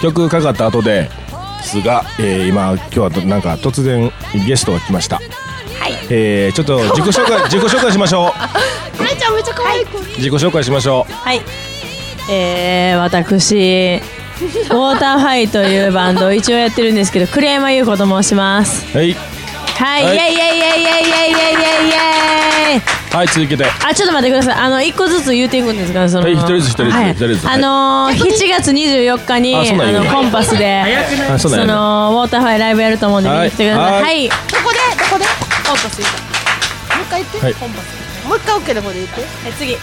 Speaker 3: 曲かかった後で、すが、えー、今、今日はなんか突然ゲストが来ました。
Speaker 5: はい
Speaker 3: えー、ちょっと自己紹 介、自己紹介しましょ
Speaker 5: かえちゃんめっちゃ可愛い子。
Speaker 3: う。自己紹介しましょう。
Speaker 6: はい。えー、私、ウォーターファイというバンドを一応やってるんですけど、栗山優子と申します。
Speaker 3: はい、
Speaker 6: はい、
Speaker 3: はい
Speaker 6: イェイイェイイェイイェイイェイイェイイェイイェイ
Speaker 3: はい、続けて。
Speaker 6: あ、ちょっと待ってください。あの、一個ずつ言うていくんですかその。
Speaker 3: はい一人ずつ一人ずつ一人ずつ
Speaker 6: はいあのー、7月24日に、
Speaker 3: あそんなん言う
Speaker 6: あ
Speaker 3: の
Speaker 6: の、コンパスで、
Speaker 3: あ、そうな
Speaker 6: そ
Speaker 3: んやね。
Speaker 6: の、ウォーターファイライブやると思うんで見に来てください。
Speaker 3: は
Speaker 6: はい。
Speaker 5: どこでどこでコンパス行った。もう一回言って。
Speaker 3: はい
Speaker 5: コンパス。もう一回オッケーの方で言って。
Speaker 6: え次。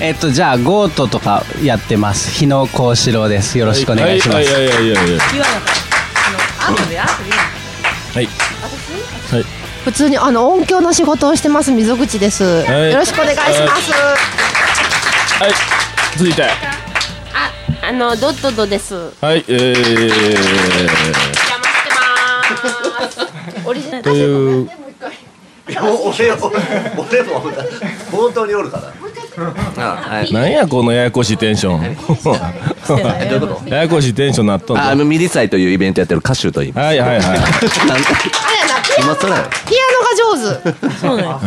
Speaker 7: えっとじゃあゴートとかやってます日野幸四郎ですよろしくお願いしま
Speaker 3: はい、は
Speaker 7: す
Speaker 3: い、はい、はい、はい。
Speaker 5: 言わなかった。あの後で後で言う。
Speaker 3: はい。はい。
Speaker 5: 普通にあの音響の仕事をしてます溝口です、
Speaker 3: い
Speaker 5: よろしくお願いします、
Speaker 3: はい。続いて。
Speaker 8: あ、あのドットドです。邪
Speaker 3: はい、えー。
Speaker 8: 魔してまーす。
Speaker 3: という。
Speaker 4: 俺も本当におるからあはい
Speaker 3: なんやこのややこしいテンシ ョン
Speaker 4: えどういうこ
Speaker 3: ややこしいテンションなっとん
Speaker 4: と
Speaker 3: の
Speaker 4: ああ
Speaker 3: は
Speaker 4: のミリ祭というイベントやってる歌手と言います
Speaker 3: いはいはい
Speaker 4: なん
Speaker 5: あれやなピア
Speaker 4: 今更や
Speaker 5: ピアノが上手
Speaker 8: すみま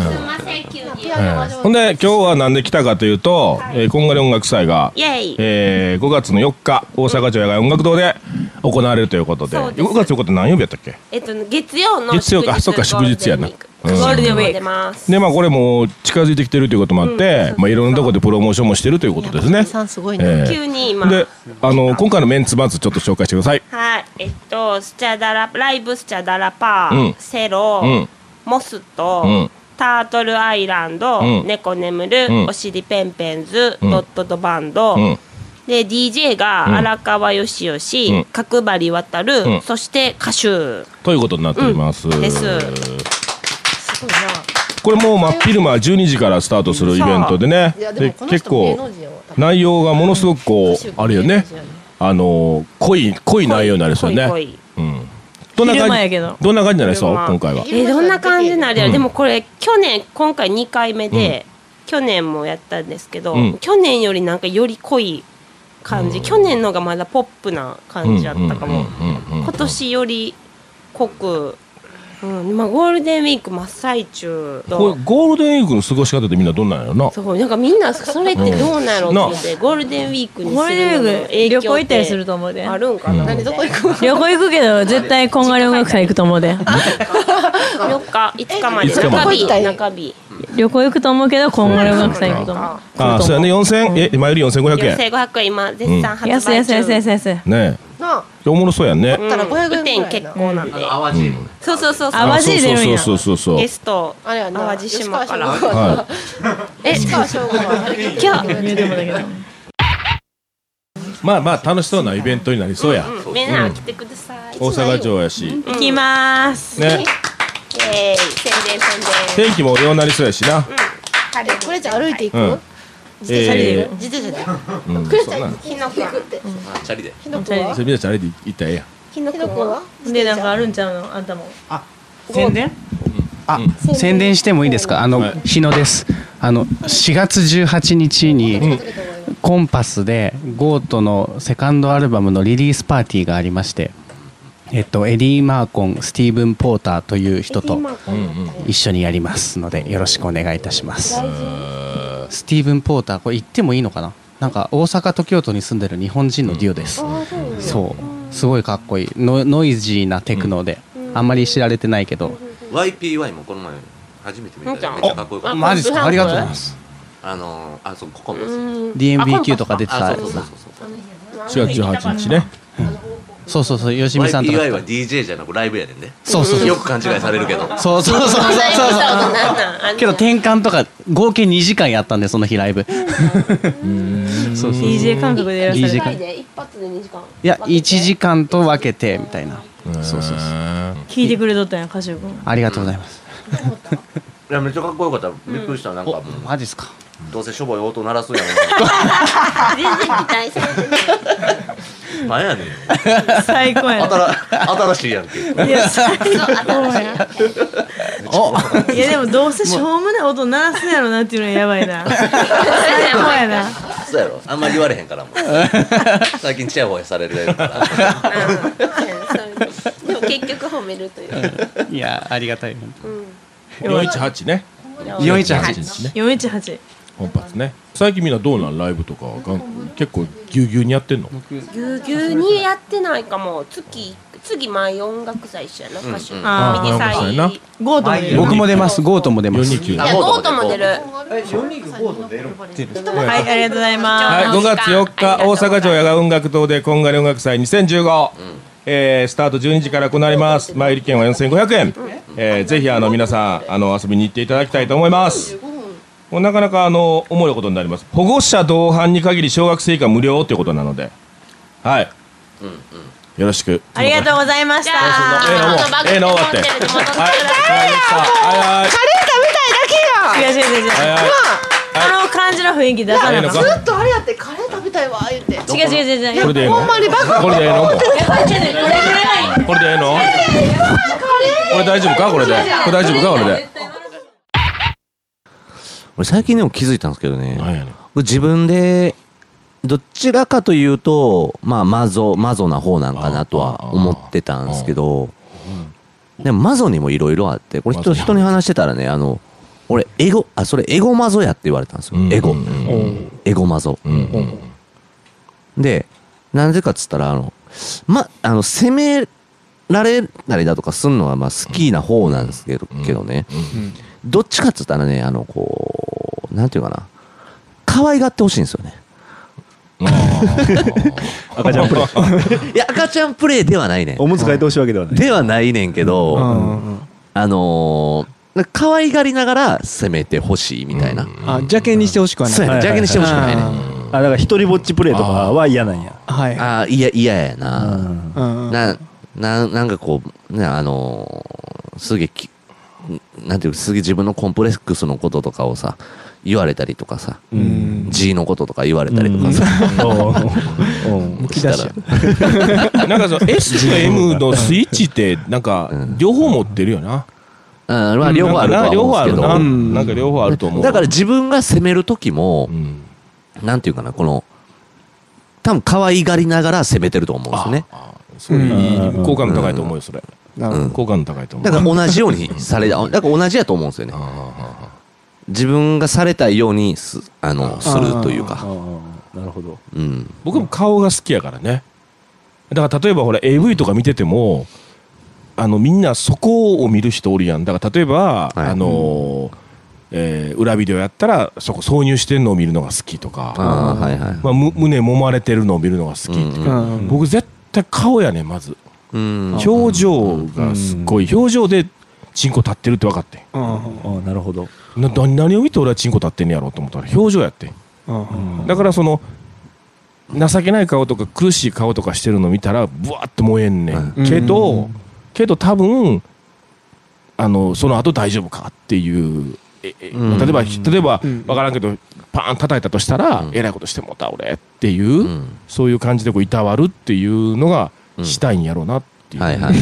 Speaker 8: せん急に。
Speaker 5: ピアノが上手、
Speaker 3: ほんで今日はなんで来たかというと、えー、こんがり音楽祭が
Speaker 8: イ、ェイ。
Speaker 3: えー、5月の4日大阪城野外音楽堂で行われるということで
Speaker 8: そうです
Speaker 3: 5月の4日って何曜日やったっけ
Speaker 8: えっと月曜の
Speaker 3: 月曜か
Speaker 8: 祝日
Speaker 3: そっか祝日やな
Speaker 8: ゴールデンウィーク
Speaker 6: うん
Speaker 8: 出ます。
Speaker 3: でまあこれもう近づいてきてるということもあって、まあ、いろんなとこでプロモーションもしてるということですね
Speaker 5: さんすごいね、
Speaker 3: え
Speaker 8: 急に今
Speaker 3: ー、。であの今回のメンツまずちょっと紹介してください
Speaker 8: はい。えっとスチャダラライブスチャダラパ
Speaker 3: うん
Speaker 8: ー、セロ
Speaker 3: うん、
Speaker 8: モス
Speaker 3: う
Speaker 8: と
Speaker 3: ん。
Speaker 8: タートルアイランド、
Speaker 3: うん
Speaker 8: 猫眠る、
Speaker 3: うん
Speaker 8: おしりペンペンズ、
Speaker 3: うん
Speaker 8: ドットドバンド、
Speaker 3: うん
Speaker 8: で DJ
Speaker 3: うん
Speaker 8: が荒川よしよ
Speaker 3: うん
Speaker 8: し、角張渡る、
Speaker 3: うん
Speaker 8: そして歌手。
Speaker 3: ということになっております、
Speaker 8: うんです
Speaker 5: すごいな
Speaker 3: これもう真っ昼間12時からスタートするイベントでね
Speaker 5: いやで
Speaker 3: で
Speaker 5: もこの
Speaker 3: 結
Speaker 5: 人
Speaker 3: 構
Speaker 5: 芸能人やわ多分
Speaker 3: 内容がものすごくこう
Speaker 5: 歌手
Speaker 3: あれよね
Speaker 5: 芸能人や
Speaker 3: あのー濃い濃い内容になりそうね
Speaker 8: 濃い濃い
Speaker 3: うんどんな
Speaker 6: 昼間
Speaker 3: 感
Speaker 6: や
Speaker 3: じ
Speaker 6: けど
Speaker 3: どんな感じになりそう
Speaker 8: 昼間
Speaker 3: 今回は
Speaker 8: えどんな感じになるやろ、
Speaker 3: うん
Speaker 8: でもこれ去年今回2回目で、去年もやったんですけど、
Speaker 3: うん
Speaker 8: 去年よりなんかより濃い感じ、去年のがまだポップな感じだったかも、
Speaker 3: うんうんうんうん
Speaker 8: 今年より濃く、うんまあ、ゴールデンウィーク真っ最中
Speaker 3: これ
Speaker 8: と
Speaker 3: ゴールデンウィークの過ごし方ってみんなどんなんやろな
Speaker 8: すごいなんかみんなそれってどうなのって思って、ゴールデンウィークにする
Speaker 6: ゴールデンウィ
Speaker 8: の
Speaker 6: ーク
Speaker 8: 影響
Speaker 6: 旅行行ったりすると思うで
Speaker 8: あ。るんかな、
Speaker 5: 何どこ行く
Speaker 6: 旅行行くけど、絶対こんがり音楽祭行くと思うで。
Speaker 8: 4日5日ま
Speaker 3: え
Speaker 8: で
Speaker 3: 五日ま
Speaker 8: 中
Speaker 5: で
Speaker 8: 日中日
Speaker 6: 旅行行くと思うけど、こんがり音楽祭行くと思う。
Speaker 3: あーそうやね4000え前より4500円
Speaker 8: 4500円今絶賛発売
Speaker 6: 安
Speaker 8: 中、
Speaker 6: い安い安い安い安い。
Speaker 3: ね
Speaker 5: な
Speaker 3: えおもろそうやんね
Speaker 8: うん
Speaker 5: だから500円ぐらいな
Speaker 8: 雨天結構なんで、
Speaker 4: 淡路もね
Speaker 8: そうそうそうそう
Speaker 6: 淡路出るんや
Speaker 3: あそうそうそうそう
Speaker 8: ゲ
Speaker 3: そ
Speaker 8: スト
Speaker 5: あれやな
Speaker 8: 淡路島から
Speaker 5: 吉川省吾
Speaker 3: うは
Speaker 5: が吉川省吾があれ結
Speaker 8: 今日
Speaker 3: いまあまあ楽しそうなイベントになりそうや
Speaker 8: うんみんな来てください、
Speaker 3: 大阪城やし
Speaker 6: 行きまーす。
Speaker 3: ね
Speaker 8: イエーイ宣伝宣伝
Speaker 3: 天気もようになりそうやしな
Speaker 5: 構これじゃ歩いていく、
Speaker 3: うん
Speaker 5: 自転車で
Speaker 3: え
Speaker 5: 行く自転車で
Speaker 3: ーうんそんな
Speaker 5: 日野くんって
Speaker 4: あチャリで
Speaker 5: 日野くんは
Speaker 3: それみんなちゃんあれで行ったらええやん
Speaker 5: 日野くんは
Speaker 6: で、なんかあるんちゃうのあんたも。
Speaker 7: 宣伝あ、宣伝してもいいですかあの、
Speaker 3: はい
Speaker 7: 日野ですあの4月18日にコンパスでゴートのセカンドアルバムのリリースパーティーがありましてえっとエディ・マーコンスティーブン・ポーターという人と一緒にやりますのでよろしくお願いいたしますスティーブン・ポーターこれ言ってもいいのかななんか大阪と京都に住んでる日本人のデュオです、そうすごいかっこいいノノイジーなテクノで、あんまり知られてないけど、
Speaker 4: YPY もこの前初めて見ためっちゃかっこよかっ
Speaker 7: マジですかありがとうございます
Speaker 4: たあのーあそうここです
Speaker 7: DMBQ とか出て
Speaker 4: あ
Speaker 7: た
Speaker 4: そうそうそうそう
Speaker 3: 4月18日ね
Speaker 7: そうそうそう吉見さんとか
Speaker 4: YPY は DJ じゃなくライブやねんね
Speaker 7: そうそうそう
Speaker 4: よく勘違いされるけど
Speaker 7: そうそうそうそうそうけど転換とか合計2時間やったんでその日ライブそうそうそう
Speaker 6: DJ 感覚でやらされ
Speaker 7: DJ
Speaker 6: る。
Speaker 7: 感
Speaker 8: で一発で2時間
Speaker 7: いや1時間と分けてみたいなそうそうそう
Speaker 6: 聞いてくれとったんや、歌手君。
Speaker 7: ありがとうございます
Speaker 4: いやめっちゃかっこよかったびっくりしたなんかもう
Speaker 7: マジっすか
Speaker 4: どうせしょぼい音鳴らすんやろ
Speaker 8: 全然期待されてな
Speaker 4: なな
Speaker 8: い
Speaker 4: んやねん
Speaker 6: 最高やな。
Speaker 4: 新新しいやんけ
Speaker 6: いや、最高やな。いや、でもどうせしょうもない音鳴らすんやろなっていうのはやばいな。最高やな。
Speaker 4: そうやろあんまり言われへんから もう最近チヤホヤされるから
Speaker 8: でも結局褒めるという。
Speaker 7: いやありがたい本当
Speaker 8: うん
Speaker 3: 418ね
Speaker 7: 418
Speaker 3: ね
Speaker 6: 418
Speaker 3: 本発ね最近みんなどうなんライブとかがん結構ぎゅうぎゅうにやってんの
Speaker 8: ぎゅうぎゅうにやってないかも月次毎音楽祭一緒やな歌手ミニ
Speaker 6: あー
Speaker 3: 音楽祭
Speaker 8: 祭
Speaker 3: な
Speaker 6: ゴートンいる
Speaker 7: 僕も出ますゴートも出ます
Speaker 3: 429
Speaker 8: いやゴートも出る
Speaker 6: はいありがとうござい
Speaker 3: はい、
Speaker 6: ま
Speaker 3: 5月4日大阪城野外音楽堂でこんがり音楽祭2015、えースタート12時から行われます前売り券は4500円、えーぜひあの皆さんあの遊びに行っていただきたいと思いますもうなかなかあの重いことになります保護者同伴に限り小学生以下無料ということなのではい、よろしく
Speaker 6: ありがとうございました
Speaker 3: ええのもうええの終わってはいはいはい
Speaker 6: 違う違う違う違う
Speaker 3: はいはい
Speaker 6: あの感じの雰囲気出さ
Speaker 3: ええ
Speaker 6: な
Speaker 3: の
Speaker 6: か
Speaker 3: か
Speaker 6: っ
Speaker 5: ちょっとあれやってカレー食べたいわ言って
Speaker 6: た違う違う違う違う
Speaker 3: これでええのこれでええのもうこれでええのこれ大丈夫かこれでこれ大丈夫かこれで
Speaker 4: 俺最近でも気づいたんですけどね、
Speaker 3: なんやねん
Speaker 4: 自分でどちらかというとまあマゾマゾな方なんかなとは思ってたんですけどでもマゾにもいろいろあってこれ
Speaker 3: マ
Speaker 4: 人
Speaker 3: ゾに
Speaker 4: 人に話してたらねあの俺エゴあそれエゴマゾやって言われたんですよ、
Speaker 3: うん
Speaker 4: エゴ、
Speaker 3: うん
Speaker 4: エゴマゾ、
Speaker 3: うんうん
Speaker 4: でなんでかっつったらあのまあの責められたりだとかすんのはまあ好きな方なんですけど,、けどね、どっちかっつったらねあのこうなんていうかな可愛がってほしいんですよね
Speaker 2: 赤ちゃんプレイ
Speaker 4: いや、赤ちゃんプレイではないねん
Speaker 2: お。むつ替えてほしいわけではない
Speaker 4: ではないねんけど、あのー、なんか可愛がりながら攻めてほしいみたいな。
Speaker 9: あ邪険にしてほしくは
Speaker 4: そう
Speaker 9: ない
Speaker 4: やねん。邪
Speaker 2: はい
Speaker 4: 気にしてほしくないねん。
Speaker 2: あだから一人ぼっちプレイとかは嫌なんや
Speaker 9: はいはい
Speaker 4: ああ、いや、嫌やな。
Speaker 9: うんうん
Speaker 4: な、な、なんかこう、ね、あのー、すげえき、なんていうすげえ自分のコンプレックスのこととかをさ、言われたりとかさ、
Speaker 2: うん
Speaker 4: 字のこととか言われたりとかさ、
Speaker 2: うんおう
Speaker 9: むき出しや
Speaker 3: なんかその S と M のスイッチってなんか両方持ってるよな。
Speaker 4: うん、まあ両方あるとは
Speaker 3: な両
Speaker 4: 思
Speaker 3: 方あるな。
Speaker 4: うんで
Speaker 3: なんか両方あると
Speaker 4: すけ
Speaker 3: 思
Speaker 4: ど、
Speaker 3: う。
Speaker 4: だから自分が攻める時も、
Speaker 3: うん、
Speaker 4: なんていうかな、この、多分可愛がりながら攻めてると思うんですよね。
Speaker 3: あそういう好感度高いと思うよそれ。
Speaker 9: なるほど
Speaker 3: 好感度高いと思う。
Speaker 4: だから同じようにさ れた、だから同じやと思うんですよね。自分がされたいようにす、あの、するというか。
Speaker 2: なるほど
Speaker 4: うん。
Speaker 3: 僕も顔が好きやからね。だから例えばほら AV とか見てても、あのみんなそこを見る人おるやん。だから例えば、
Speaker 4: い
Speaker 3: あのーえー裏ビデオやったらそこ挿入してんのを見るのが好きとか、
Speaker 4: ああ、はいはい。
Speaker 3: まあ、む胸揉まれてるのを見るのが好きとか。
Speaker 9: うんうん
Speaker 3: 僕絶対顔やねまず
Speaker 4: うん。
Speaker 3: 表情がすっごい表情でチンコ立ってるって分かって
Speaker 9: うん
Speaker 2: あなるほど
Speaker 3: んな何何を見て俺はチンコ立ってんねやろうと思ったら表情やってん
Speaker 9: うん
Speaker 3: だからその情けない顔とか苦しい顔とかしてるの見たらブワーって燃えんねん
Speaker 9: うん
Speaker 3: け
Speaker 9: う
Speaker 3: ど
Speaker 9: ん
Speaker 3: けど多分あのその後大丈夫かっていうええ
Speaker 4: うん。
Speaker 3: 例えば例えば
Speaker 9: うん
Speaker 3: 分からんけどパーン叩いたとしたらえらいことしてもうた俺っていううんそういう感じでこういたわるっていうのがしたいんやろうなっていう
Speaker 4: はいはい。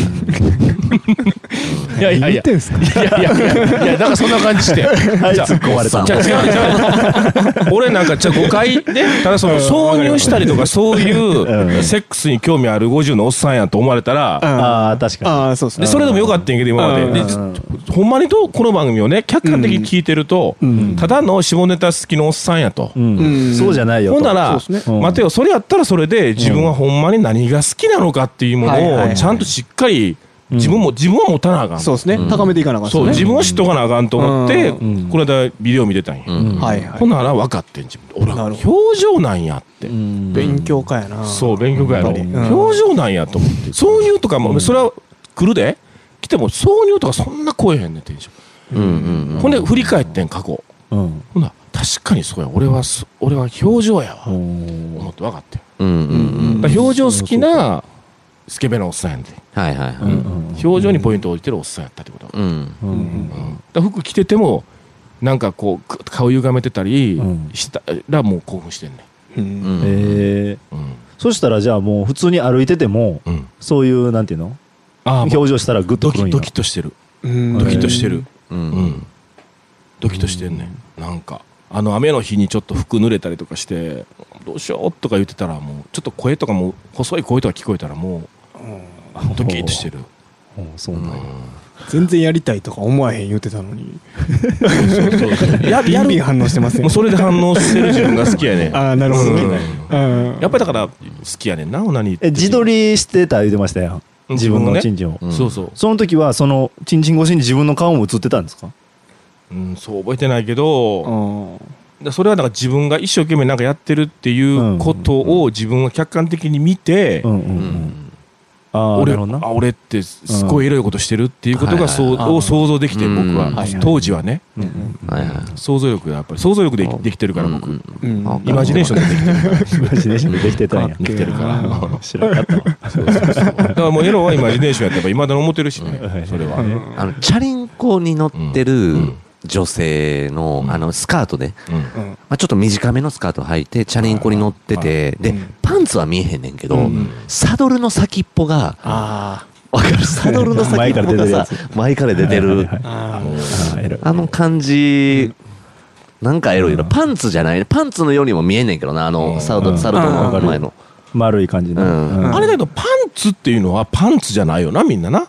Speaker 3: いやいやいや。
Speaker 9: てんすか
Speaker 3: いやいやいやいや、なんかそんな感じして。
Speaker 2: はい
Speaker 3: じゃあ
Speaker 2: 突っ込まれた
Speaker 3: じゃあ違う違う。 俺なんかじゃあ誤解ね。ただその挿入したりとかそういううんセックスに興味ある50のおっさんやと思われたら、
Speaker 9: あ
Speaker 2: ああ確か
Speaker 9: あーそうです
Speaker 3: で
Speaker 9: ね
Speaker 3: それでもよかったんやけど今までで
Speaker 2: うん
Speaker 3: ほんまにどうこの番組をね客観的に聞いてると
Speaker 9: うん
Speaker 3: ただの下ネタ好きのおっさんやと
Speaker 2: にうん
Speaker 9: うん
Speaker 2: そうじゃないよと
Speaker 3: ほんなら
Speaker 9: そうです
Speaker 2: ねうん
Speaker 3: 待てよそれやったらそれで自分はほんまに何が好きなのかっていうも
Speaker 9: はいはい
Speaker 3: の
Speaker 9: は
Speaker 3: を
Speaker 9: い
Speaker 3: ちゃんとしっかり自分も自分は持たなあかんと
Speaker 9: そうですね高めていかなあかん
Speaker 3: そう、
Speaker 9: です
Speaker 3: 自
Speaker 9: ね
Speaker 3: 分を知っとかなあかんと思って、こ
Speaker 2: ん
Speaker 3: の間ビデオ見てたんや。
Speaker 4: うん。
Speaker 9: はいはい
Speaker 3: ほんなら分かってん、自分。俺、
Speaker 9: なる
Speaker 3: 表情なんやって。
Speaker 9: 勉強家やな
Speaker 3: そう、勉強会やろ。
Speaker 9: やっぱりうん
Speaker 3: 表情なんやと思って。挿入とかも、それは来るで。来ても、挿入とかそんな来えへんねん、テンシ
Speaker 4: うんうん
Speaker 3: ョン。ほんで、振り返ってん、過去。
Speaker 2: うん
Speaker 3: ほんなら、確かにそうや。俺はそ、俺は表情やわ。
Speaker 2: うん
Speaker 3: 思って分かってん。
Speaker 4: うん。うんうんうん。
Speaker 3: だから表情好きな、スケベなおっさんやんで。
Speaker 4: はいはいはい。
Speaker 3: 表情にポイントを置いてるおっさんやったってこと。
Speaker 4: うん。
Speaker 2: うん
Speaker 3: だから服着ててもなんかこうく顔歪めてたり
Speaker 2: うん
Speaker 3: したらもう興奮してんね
Speaker 9: うん
Speaker 4: うん
Speaker 2: ええそしたらじゃあもう普通に歩いてても
Speaker 3: うんうん
Speaker 2: そういうなんていうの
Speaker 3: ああもう
Speaker 2: 表情したらグッと
Speaker 3: ド
Speaker 2: くるん
Speaker 3: キ
Speaker 2: や
Speaker 3: ドキッとしてる
Speaker 9: うん
Speaker 3: ドキッとしてる
Speaker 4: う。
Speaker 3: うんんドキッとしてんねんなんかあの雨の日にちょっと服濡れたりとかしてどうしようとか言ってたらもうちょっと声とかも細い声とか聞こえたらもうドキッとしてる
Speaker 2: うんそうなんや
Speaker 9: 全然やりたいとか思わへん言ってたのに
Speaker 3: や
Speaker 9: ビンビン反応してます
Speaker 3: も
Speaker 9: よ
Speaker 3: うそれで反応してる自分が好きやねん
Speaker 9: ああなるほどね
Speaker 3: うん
Speaker 9: うん
Speaker 3: やっぱりだから好きやねんなオナニーって
Speaker 2: え自撮りしてた言ってましたよ
Speaker 3: うん
Speaker 2: 自分の
Speaker 3: 自
Speaker 2: チ
Speaker 3: 分
Speaker 2: ンチンを
Speaker 4: うん
Speaker 3: そうそう
Speaker 2: その時はそのチンチン越しに自分の顔も映ってたんですか
Speaker 3: うん、そう覚えてないけど、
Speaker 9: うん
Speaker 3: だそれはなんか自分が一生懸命なんかやってるっていうことを自分が客観的に見て、
Speaker 2: うんうんう
Speaker 4: うんん
Speaker 2: ああな
Speaker 3: 俺
Speaker 2: るほどな
Speaker 3: あ俺ってすごいエロいことしてるっていうこ
Speaker 4: は
Speaker 3: とが
Speaker 4: いはい
Speaker 3: そう、
Speaker 9: あー
Speaker 3: を想像できて
Speaker 4: うん
Speaker 3: 僕は、
Speaker 4: はい
Speaker 9: はい
Speaker 3: 当時はね
Speaker 2: うんうん
Speaker 4: はいはい
Speaker 3: 想像力がやっぱり想像力でできてるから僕、
Speaker 4: うん
Speaker 9: うん
Speaker 4: あ
Speaker 3: イマジネーションでできてるから
Speaker 2: イマジネーションでできてたん
Speaker 9: で
Speaker 2: や
Speaker 9: きてるから
Speaker 2: 知らなかったわ
Speaker 3: だからもうエロはイマジネーションやってやっぱ今だに思ってるし
Speaker 2: は
Speaker 3: ね
Speaker 2: い
Speaker 3: それはね、
Speaker 4: あのチャリンコに乗ってる
Speaker 3: うん
Speaker 4: 女性の、
Speaker 3: うん
Speaker 4: あのスカートね、
Speaker 3: うん
Speaker 4: まあ、ちょっと短めのスカート履いてチャリンコに乗ってて、で、パンツは見えへんねんけど、
Speaker 9: うん
Speaker 4: サドルの先っぽが
Speaker 9: あ
Speaker 4: わかるサドルの先っぽがさ前から出てる
Speaker 9: ーあー
Speaker 2: あー偉い
Speaker 4: あの感じ、なんかエロいな、パンツじゃないパンツのようにも見えんねんけどなあ
Speaker 3: う
Speaker 4: の
Speaker 3: ん
Speaker 4: サドル、
Speaker 2: うん
Speaker 4: サドルの
Speaker 9: うん
Speaker 4: 前の、
Speaker 2: 丸い感じの
Speaker 4: うん
Speaker 2: うん
Speaker 3: あれだけどパンツっていうのはパンツじゃないよなみんなな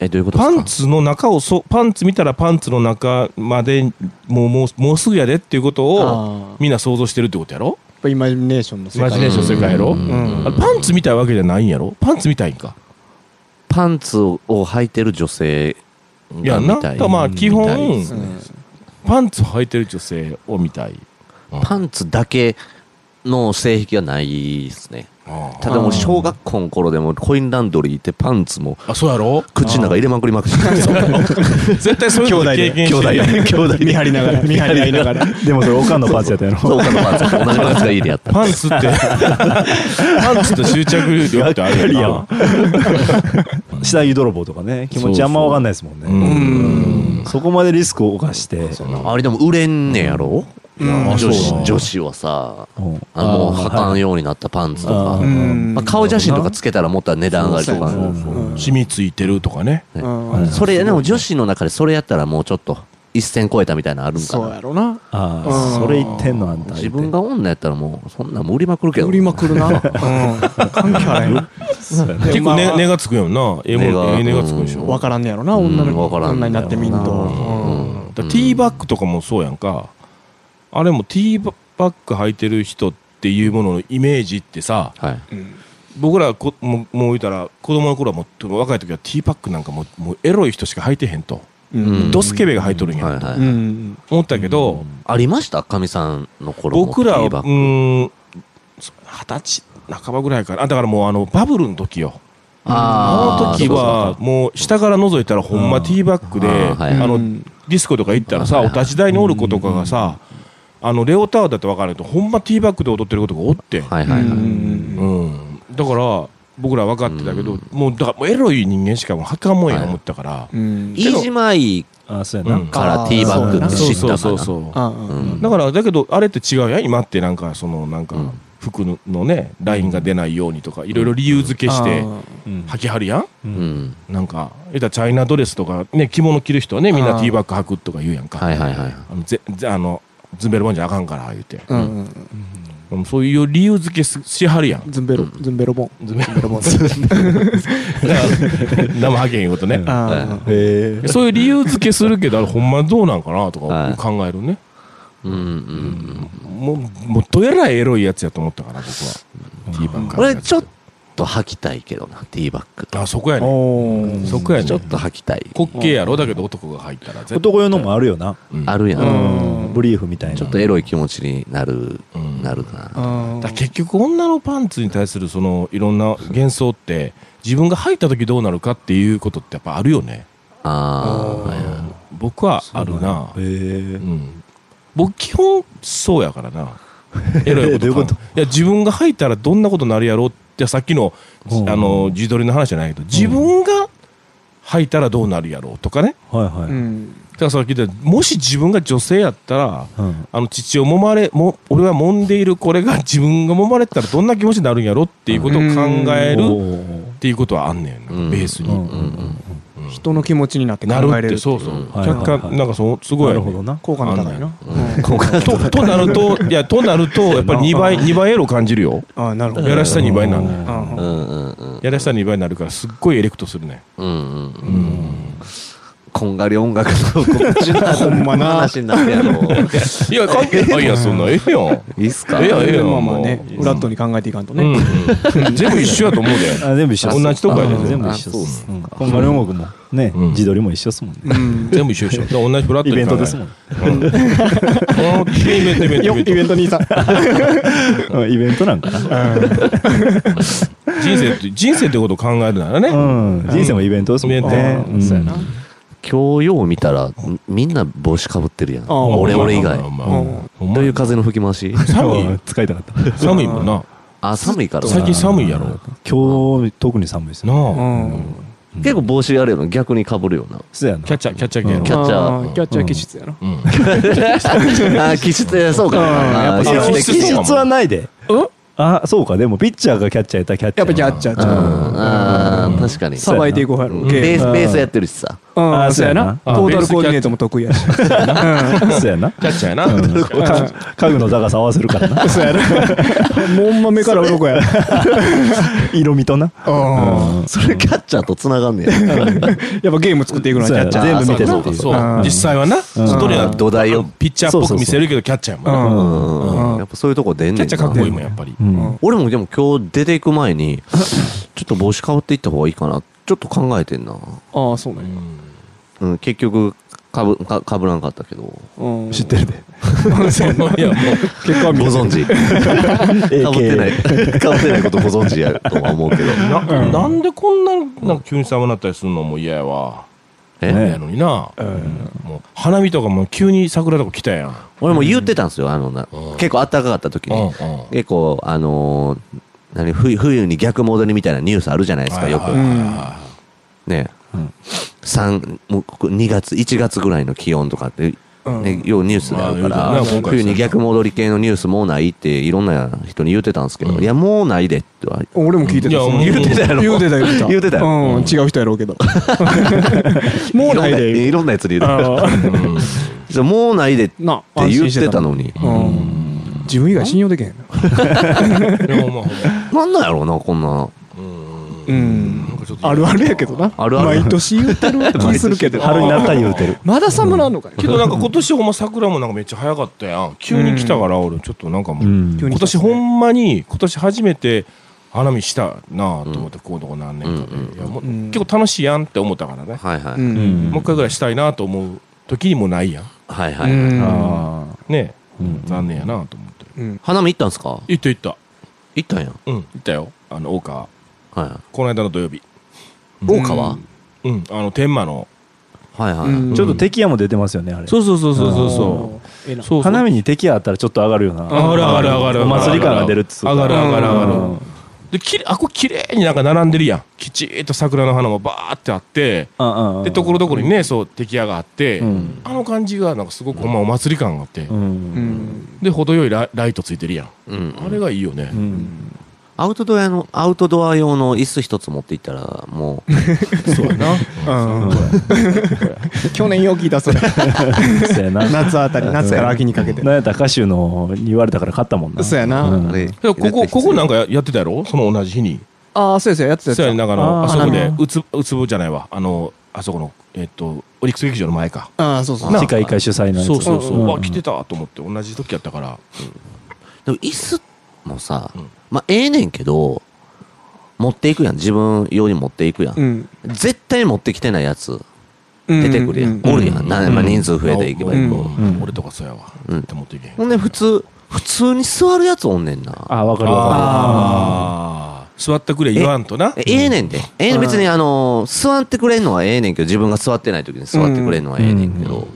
Speaker 4: えどういうことです
Speaker 3: パ
Speaker 4: か
Speaker 3: ンツの中をそパンツ見たらパンツの中までもうもうもうすぐやでっていうこと
Speaker 9: あ
Speaker 3: を
Speaker 9: ー
Speaker 3: みんな想像してるってことやろ
Speaker 9: やっぱイマジネーションの世
Speaker 3: イマ
Speaker 9: 界
Speaker 3: ジネーションするからやろ、
Speaker 4: うん
Speaker 9: うん
Speaker 3: あれパンツ見たいわけじゃないんやろパンツ見たいんか
Speaker 4: パンツを履いてる女性
Speaker 3: い
Speaker 4: が
Speaker 3: やな
Speaker 4: 見
Speaker 3: ん
Speaker 4: たい
Speaker 3: かまあ基
Speaker 4: 見たいです
Speaker 9: う
Speaker 3: 本
Speaker 9: ん
Speaker 3: パンツ履いてる女性を見たい
Speaker 4: パンツだけの性癖はないですね
Speaker 3: あ
Speaker 4: ただもう小学校の頃でもコインランドリー行ってパンツも
Speaker 3: あそうやろ
Speaker 4: 口の中入れまくりまくって たんですよ
Speaker 3: 絶対そういうの経
Speaker 4: 兄
Speaker 3: 験し
Speaker 4: 弟
Speaker 3: てる
Speaker 4: で兄弟で
Speaker 9: 見張りながら見張り合いながら
Speaker 2: でもそれおかんのパンツやったや
Speaker 4: そう
Speaker 2: ろ
Speaker 4: 他のパンツ同じパンツがいいでやった
Speaker 3: パ ンツってパンツと執着力ってある よな
Speaker 2: 下着泥棒とかね気持ちあんま分かんないですもんね
Speaker 3: う
Speaker 2: うんそこまでリスクを犯して
Speaker 4: あれでも売れんねやろ
Speaker 9: うん
Speaker 4: 女
Speaker 3: そう
Speaker 4: 子女子はさ
Speaker 2: うん
Speaker 4: あのもう
Speaker 2: あー
Speaker 4: 履かんようになったパンツとか
Speaker 2: あ
Speaker 9: う
Speaker 2: ー
Speaker 9: ん
Speaker 4: まあ顔写真とかつけたらもっと値段上がりとか
Speaker 9: そう
Speaker 2: そうそう
Speaker 9: うん
Speaker 3: 染みついてるとかね
Speaker 9: うん
Speaker 4: それでも女子の中でそれやったらもうちょっと一線超えたみたいなのあるんか
Speaker 9: そう
Speaker 4: な
Speaker 9: やろな
Speaker 2: あ
Speaker 9: う
Speaker 2: あ
Speaker 9: ん
Speaker 2: それ言ってんのあんた
Speaker 4: 自分が女やったらもうそんなんも売りまくるけど
Speaker 9: 売りまくるなうん関係あらへん
Speaker 3: 結構
Speaker 9: ま
Speaker 3: ね
Speaker 9: あ
Speaker 3: 根がつくよなええ
Speaker 4: 根が
Speaker 3: もんええ根がつくでしょ
Speaker 9: わからんねやろな
Speaker 4: うん
Speaker 9: 女の
Speaker 4: わからん
Speaker 9: 女になってみんと
Speaker 4: うん
Speaker 3: だからティーバッグとかもそうやんかあれもティーバッグ履いてる人っていうもののイメージってさ
Speaker 4: はい
Speaker 3: 僕らこもうもう言うたら子供の頃はもう若い時はティーバッグなんかもうもうエロい人しか履いてへんと、
Speaker 9: うん
Speaker 3: ドスケベが履いとるんや、
Speaker 4: はいはい
Speaker 9: うん
Speaker 3: 思ったけど、
Speaker 4: ありましたかみさんの頃も
Speaker 3: 僕ら
Speaker 4: ティ
Speaker 3: は
Speaker 4: ー
Speaker 3: う
Speaker 4: バッグ
Speaker 3: ーん二十歳半ばぐらいからあだからもうあのバブルの時よあの
Speaker 4: あー
Speaker 3: 時はもう下から覗いたらほんまティーバッグで、
Speaker 4: あーはい
Speaker 3: あの
Speaker 9: うん
Speaker 3: ディスコとか行ったらさ、
Speaker 4: はい
Speaker 3: お
Speaker 4: はい
Speaker 3: 立ち台におる子とかがさ、あのレオタードだって分かると、ほんまティーバッグで踊ってることがおってん、
Speaker 4: はいはいはい、
Speaker 3: うん、だから、僕ら分かってたけ
Speaker 4: う
Speaker 3: ど、
Speaker 4: ん
Speaker 3: もうだからもうエロい人間しかもう墓もんや
Speaker 4: はい
Speaker 3: 思ったから、
Speaker 9: うん
Speaker 4: 飯島愛
Speaker 2: ああそうやな
Speaker 3: うん
Speaker 4: からティーバッグって知
Speaker 3: そう
Speaker 4: ったか
Speaker 3: そう
Speaker 4: ら
Speaker 3: そうそう、
Speaker 9: あ
Speaker 4: うん
Speaker 3: だからだけど、あれって違うやん、今ってなんか、そのなんか
Speaker 4: うん、
Speaker 3: 服のね、ラインが出ないようにとか、いろいろ理由付けして、
Speaker 2: うん
Speaker 3: 履きはるやん。
Speaker 4: うん
Speaker 3: なんか、えたらチャイナドレスとか、ね、着物着る人はね、みんな
Speaker 9: あー
Speaker 3: ティーバッグ履くとか言うやんか。
Speaker 4: はいはいはい
Speaker 3: あのぜぜあのズンベロボンじゃあかんから言うて、
Speaker 9: うんうん
Speaker 3: うんそういう理由付けすしはる やん
Speaker 9: ズンベロズンベロボン
Speaker 3: ズンベ
Speaker 9: ズンベロボン
Speaker 3: 生はけへんことね、
Speaker 9: あー
Speaker 2: へえ
Speaker 3: そういう理由付けするけどあれほんまどうなんかなとか考えるね、
Speaker 4: うんうん
Speaker 3: もうもっとえらいエロいやつやと思ったから僕は、ティーバッグ
Speaker 4: 俺ちょっと履きたいけどなティーバッグ
Speaker 3: あそこやね
Speaker 9: おー
Speaker 3: そこやね
Speaker 4: ちょっと履きたい
Speaker 3: 滑稽やろだけど男が入ったら絶対、
Speaker 2: 男用のもあるよな
Speaker 3: うん
Speaker 4: あるやん、
Speaker 9: うん
Speaker 2: ブリーフみたいな
Speaker 4: ちょっとエロい気持ちになる、
Speaker 3: うん
Speaker 4: なるな
Speaker 9: あ
Speaker 3: だから結局女のパンツに対するそのいろんな幻想って自分が入った時どうなるかっていうことってやっぱあるよね
Speaker 4: あーはい
Speaker 3: 僕はあるな
Speaker 2: へえ
Speaker 3: うん、僕基本そうやから なエロいこと
Speaker 2: どういうこと
Speaker 3: 考えいや自分が入ったらどんなことになるやろってさっきの,、
Speaker 2: うん
Speaker 3: あの自撮りの話じゃないけど自分が入ったらどうなるやろうとかね
Speaker 2: はいは
Speaker 9: う
Speaker 2: い
Speaker 9: ん
Speaker 3: だからさっき言ったもし自分が女性やったら
Speaker 2: うん
Speaker 3: あの父を揉まれも俺は揉んでいるこれが自分が揉まれたらどんな気持ちになるんやろっていうことを考え
Speaker 2: お
Speaker 3: る
Speaker 2: ー
Speaker 3: っていうことはあんねんな、
Speaker 4: うん
Speaker 3: ベースに、
Speaker 2: うんうん
Speaker 4: うんうん
Speaker 3: うん
Speaker 9: 人の気持ちになって考
Speaker 3: なる
Speaker 9: え
Speaker 3: っ
Speaker 9: れ
Speaker 3: て
Speaker 9: る
Speaker 3: そうそう
Speaker 2: はいはいはい
Speaker 3: 客観なんかそうすごい
Speaker 2: なるほどな
Speaker 9: 効果の高いな
Speaker 3: ととなるといやとなるとやっぱり2倍2倍エロ感じるよ
Speaker 9: ああなるほど
Speaker 3: やらした2倍なんだよ
Speaker 9: うん
Speaker 4: うんうんうん
Speaker 3: やらした2倍になるからすっごいエレクトするね
Speaker 4: うんうんこんがり音楽の告知 の
Speaker 9: ほんまな
Speaker 4: 話になってやろう
Speaker 3: いや関係ない やんそんなええやん
Speaker 4: いいっすか
Speaker 3: ええやんええやん
Speaker 9: まあまあね
Speaker 3: もう
Speaker 9: フラットに考えていかんと
Speaker 3: う
Speaker 9: ね
Speaker 3: ん全部一緒やと思うで
Speaker 2: あ全部一緒です
Speaker 3: 同じとこやで
Speaker 2: あ全部一緒
Speaker 4: あそう
Speaker 2: で
Speaker 4: っ
Speaker 2: す
Speaker 4: す
Speaker 2: うんこんまり音楽もね
Speaker 3: うん
Speaker 2: 自撮りも一緒ですもんね
Speaker 9: うん
Speaker 3: 全部一緒でしょだから 同じフラット
Speaker 2: イ
Speaker 3: に考え
Speaker 2: ベントですもん
Speaker 3: うんあー イベントイベント
Speaker 9: よ
Speaker 3: イベ
Speaker 9: イ
Speaker 3: ント
Speaker 9: ベントにいた
Speaker 2: うん イベントなんかな
Speaker 3: 人生って人生ってことを考えるならね
Speaker 2: うん人生もイベントですもん
Speaker 3: イベ
Speaker 2: ね
Speaker 3: ント
Speaker 2: うん
Speaker 3: そうやな
Speaker 4: 今日よう見たらみんな帽子かぶってるやん
Speaker 9: ああ
Speaker 4: 俺
Speaker 3: まあ
Speaker 4: 俺以外
Speaker 3: まあまあ
Speaker 9: うん
Speaker 3: ほんま
Speaker 4: どういう風の吹き回し
Speaker 3: 寒
Speaker 2: うん
Speaker 3: い
Speaker 2: 使いたかった
Speaker 3: 寒いもんな
Speaker 4: あ寒いから
Speaker 3: 最近寒いやろ
Speaker 2: 今日特に寒いですね
Speaker 3: な
Speaker 9: う
Speaker 3: あ
Speaker 9: ん
Speaker 4: 結構帽子あるよな逆にかぶるよな
Speaker 2: そうやな
Speaker 3: キャッチャーキャッチャー系やろ
Speaker 4: キャッチャー
Speaker 9: あキャッチャー気質やな
Speaker 3: うん
Speaker 4: あー気質そうかなあ
Speaker 3: やっぱ
Speaker 4: ー
Speaker 3: そう
Speaker 4: 気質的
Speaker 3: そ
Speaker 2: 技
Speaker 3: う
Speaker 2: 術はないであそうかでもピッチャーがキャッチャーやったらキャッチ
Speaker 9: や
Speaker 2: ャ
Speaker 9: っぱ
Speaker 2: ー
Speaker 9: キ
Speaker 2: や
Speaker 9: ャッ
Speaker 2: な
Speaker 9: チャー
Speaker 4: うんあー確かに
Speaker 9: さばいていこうや
Speaker 4: う
Speaker 9: ろ
Speaker 4: んベー
Speaker 9: う
Speaker 4: ス
Speaker 2: うん
Speaker 4: ベースやってるしさ
Speaker 9: んう
Speaker 2: あー
Speaker 9: んそうやな
Speaker 3: そ
Speaker 9: ト
Speaker 3: うやな
Speaker 9: ータルコーディネートも得意やし
Speaker 2: そうや
Speaker 3: キ
Speaker 2: な
Speaker 3: ャッチャーやな
Speaker 2: か家具の高さ合わせるか らな
Speaker 9: もうほんま目から鱗や
Speaker 2: 色味とな
Speaker 9: うん
Speaker 4: それキャッチャーとつながんね
Speaker 9: やっぱゲーム作っていくのはキャッチャー
Speaker 2: 全部見て
Speaker 4: そ
Speaker 2: る
Speaker 4: う
Speaker 2: って
Speaker 4: か
Speaker 2: いう
Speaker 3: そううん実際はなストレ
Speaker 4: や
Speaker 3: ー
Speaker 4: 土台を
Speaker 3: ピッチャーっぽく見せるけどキャッチャーやもんな
Speaker 9: うん
Speaker 4: うん
Speaker 9: うん
Speaker 4: やっぱそういうとこ出ん
Speaker 3: キ
Speaker 4: ね
Speaker 3: ャ
Speaker 4: ん
Speaker 3: ッ
Speaker 4: な
Speaker 3: チャーかっこいいもんやっぱり
Speaker 2: うん
Speaker 9: うん
Speaker 4: 俺もでも今日出ていく前にちょっと帽子かぶっていった方がいいかなちょっと考えてんな、
Speaker 9: ああそうね
Speaker 4: うん、結局かぶかかぶらんかったけど
Speaker 9: うん
Speaker 2: 知ってるで
Speaker 3: その いやもう
Speaker 9: 結果
Speaker 4: ご
Speaker 9: は見
Speaker 4: 存知かぶってないかぶってないことご存知やとは思うけど
Speaker 3: ななんでこんななんか急に寒なったりするのも嫌やわ
Speaker 4: え
Speaker 2: ね
Speaker 3: やのにな
Speaker 9: うん
Speaker 3: もう花見とかも急に桜とか来たやん
Speaker 4: 俺も言ってたんですよあのな
Speaker 3: うん
Speaker 4: 結構暖かかった時
Speaker 3: うんうん
Speaker 4: に結構あのー何冬冬に逆戻りみたいなニュースあるじゃないですかよく
Speaker 3: はいはいは
Speaker 4: ね、三もうここ2月1月ぐらいの気温とかって、ねようニュースであるか
Speaker 3: まあ
Speaker 4: ら、
Speaker 3: 言うてたね今回
Speaker 4: 冬に逆戻り系のニュースもうないっていろんな人に言ってたんですけど、
Speaker 3: うん
Speaker 4: いやもうないでっては
Speaker 9: 俺も聞いてた
Speaker 3: いや
Speaker 9: その
Speaker 3: 言うてた
Speaker 4: やろ
Speaker 9: 言うてた言うてた
Speaker 4: 言うてたよ
Speaker 9: うん違う人やろうけどもうない
Speaker 4: ろん
Speaker 9: で
Speaker 4: いろんなやつに言うて
Speaker 9: あ
Speaker 3: いうん
Speaker 4: たじゃあもうないでって
Speaker 9: ーな安
Speaker 4: 言
Speaker 9: 心
Speaker 4: ってたのに
Speaker 9: うん自分以外信用できへんな
Speaker 3: でもま
Speaker 4: な
Speaker 3: あ
Speaker 4: んなんやろうなこんな
Speaker 9: うん
Speaker 3: なんかちょっと
Speaker 9: あるあるやけどな
Speaker 4: あるある
Speaker 9: 毎年言ってる気するけど
Speaker 2: 春になったら言うてる
Speaker 9: まだ寒なんのかよ
Speaker 3: けどなんか今年ほんま桜もなんかめっちゃ早かったやん急に来たから俺ちょっとなんかもう、
Speaker 2: うん
Speaker 9: 急に
Speaker 3: 今年ほんまに今年初めて花見したなあと思って、こうとこ何年かで、いやもう
Speaker 9: うん
Speaker 3: 結構楽しいやんって思ったからね、
Speaker 4: はいはい、
Speaker 9: うん
Speaker 2: うん
Speaker 3: もう一回ぐらいしたいなと思う時にもないやん
Speaker 4: はいは
Speaker 9: う
Speaker 4: い、
Speaker 9: ん
Speaker 2: あ
Speaker 3: ねえ、
Speaker 2: うん
Speaker 3: 残念やなと思って
Speaker 9: うん
Speaker 4: 花見行ったんすか
Speaker 3: 行った行った
Speaker 4: 行ったんや
Speaker 3: うん行ったよあの大川
Speaker 4: はいはい
Speaker 3: この間の土曜日
Speaker 4: 大川、
Speaker 3: うんあの天満の
Speaker 4: はいはい、
Speaker 9: うん
Speaker 2: ーちょっと敵屋も出てますよねあれ
Speaker 3: そうそうそうそうそう
Speaker 9: そ
Speaker 3: そう
Speaker 9: ええな
Speaker 3: うそう
Speaker 2: 花見に敵屋あったらちょっと上がるよな
Speaker 3: 上がる上がる上がる
Speaker 2: お祭り感が出るっつうか
Speaker 3: 上がる上がる上がる
Speaker 2: うん
Speaker 3: できれあこれ綺麗になんか並んでるやんきちっと桜の花もバーってあって
Speaker 2: うんうんうん
Speaker 3: でところどころにねそう敵屋があって、
Speaker 2: うん
Speaker 3: あの感じがなんかすごくほんまお祭り感があって、
Speaker 2: うん
Speaker 9: うん
Speaker 3: で程よいラライトついてるやん、
Speaker 4: うん
Speaker 3: あれがいいよね、
Speaker 2: うん
Speaker 4: アウトドアのアウトドア用の椅子一つ持っていったらもう
Speaker 3: そうやな
Speaker 9: うん去年よう聞いたそ れ
Speaker 2: そうやな
Speaker 9: 夏あたり夏から秋にかけて
Speaker 2: なんやったら歌手のに言われたから勝ったもんな
Speaker 9: そうやな
Speaker 2: うん
Speaker 4: あれ
Speaker 3: でもここここなんんかややってたやろその同じ日に
Speaker 9: ああそうですよやってたやつ
Speaker 3: そうやねなんかあの
Speaker 2: あ
Speaker 3: あ
Speaker 2: ー
Speaker 3: そこ
Speaker 9: あ
Speaker 3: で
Speaker 9: の
Speaker 3: うつうつぼじゃないわあのあそこのえっとオリックス劇場の前か
Speaker 9: ああそうそう
Speaker 3: な
Speaker 2: 世界会主催のやつ
Speaker 3: そうそうそう、
Speaker 2: ん
Speaker 3: あ来てたと思って同じ時やったから
Speaker 4: でも椅子もさ、
Speaker 3: うん
Speaker 4: まあええねんけど、持っていくやん。自分用に持っていくやん。
Speaker 9: うん
Speaker 4: 絶対持ってきてないやつ
Speaker 9: 出
Speaker 4: 出てくるやん。おるやん。なまあ、人数増えていけばいいけど。
Speaker 3: うん
Speaker 2: うん
Speaker 3: 俺とかそうやわ、
Speaker 4: うん
Speaker 3: って持っていけへん
Speaker 4: ほんで普通、普通に座るやつおんねんな。
Speaker 2: あわかるわか
Speaker 3: ああー座ってくれ言わんとな
Speaker 4: えええねんで。ええねん別にあのー、座ってくれんのはええねんけど、自分が座ってない時に座ってくれんのはええねんけど、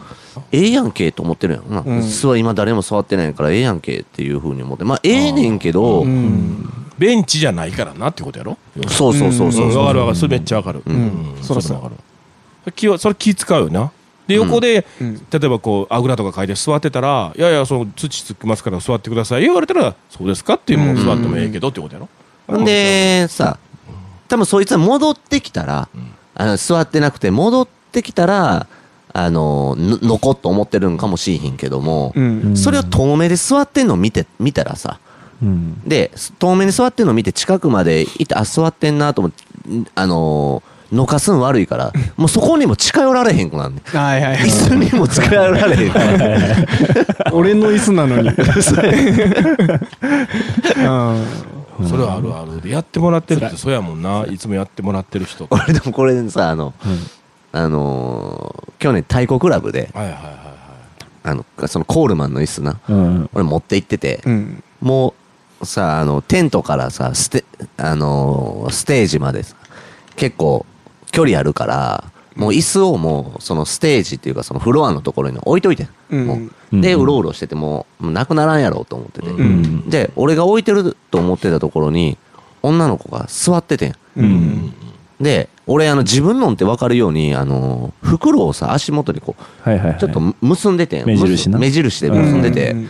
Speaker 4: ええやんけと思ってるやん。まあ
Speaker 9: うん
Speaker 4: 座、今誰も座ってないからええやんけっていうふうに思って。まあええねんけど、
Speaker 9: うん
Speaker 3: ベンチじゃないからなってことやろ
Speaker 4: そうそうそうそうう。
Speaker 3: んわかるわかるそれめっちゃわかる、うん
Speaker 9: そら
Speaker 3: そ
Speaker 9: そう
Speaker 3: れ
Speaker 9: や
Speaker 3: わかるそれ気はそれ気使うよなで横で、
Speaker 9: うん
Speaker 3: 例えばこうあぐらとか書いて座ってたら「いやいやその土つきますから座ってください」言われたら「そうですか?」っていうもう座ってもええけどってことやろ
Speaker 4: ほんでさ多分そいつは戻ってきたら、あの座ってなくて戻ってきたらあのののこっと思ってるんかもしれへんけども、
Speaker 9: うん
Speaker 4: それを遠目で座ってんの見て見たらさ
Speaker 2: うん
Speaker 4: で遠目に座ってんの見て近くまで行ってあ座ってんなと思ってんあののかすん悪いからもうそこにも近寄られへんくなんねん
Speaker 9: はいはいはい
Speaker 4: 椅子にも近寄られへんから
Speaker 9: 俺の椅子なのにうん
Speaker 3: それはあるあるでやってもらってるってそうやもんないつもやってもらってる人はい
Speaker 4: 俺でもこれさあの、あのー去年太鼓クラブで
Speaker 3: はいはいは
Speaker 4: あのそのコールマンの椅子な
Speaker 2: うん
Speaker 4: 俺持って行ってて、
Speaker 9: うん
Speaker 4: もうさあのテントからさステ,、あのーステージまでさ結構距離あるからもう椅子をもうそのステージっていうかそのフロアのところに置いといて、
Speaker 9: うん
Speaker 4: も
Speaker 2: う
Speaker 4: うんでうろうろしててもうもうなくならんやろうと思ってて、
Speaker 9: うん
Speaker 4: で俺が置いてると思ってたところに女の子が座っててん
Speaker 9: うん
Speaker 4: で俺あの自分のんって分かるようにあのー袋をさ足元にこう
Speaker 2: はいはいはい
Speaker 4: ちょっと結んでてん
Speaker 2: 目印な
Speaker 4: 目印で結んでて、
Speaker 9: うん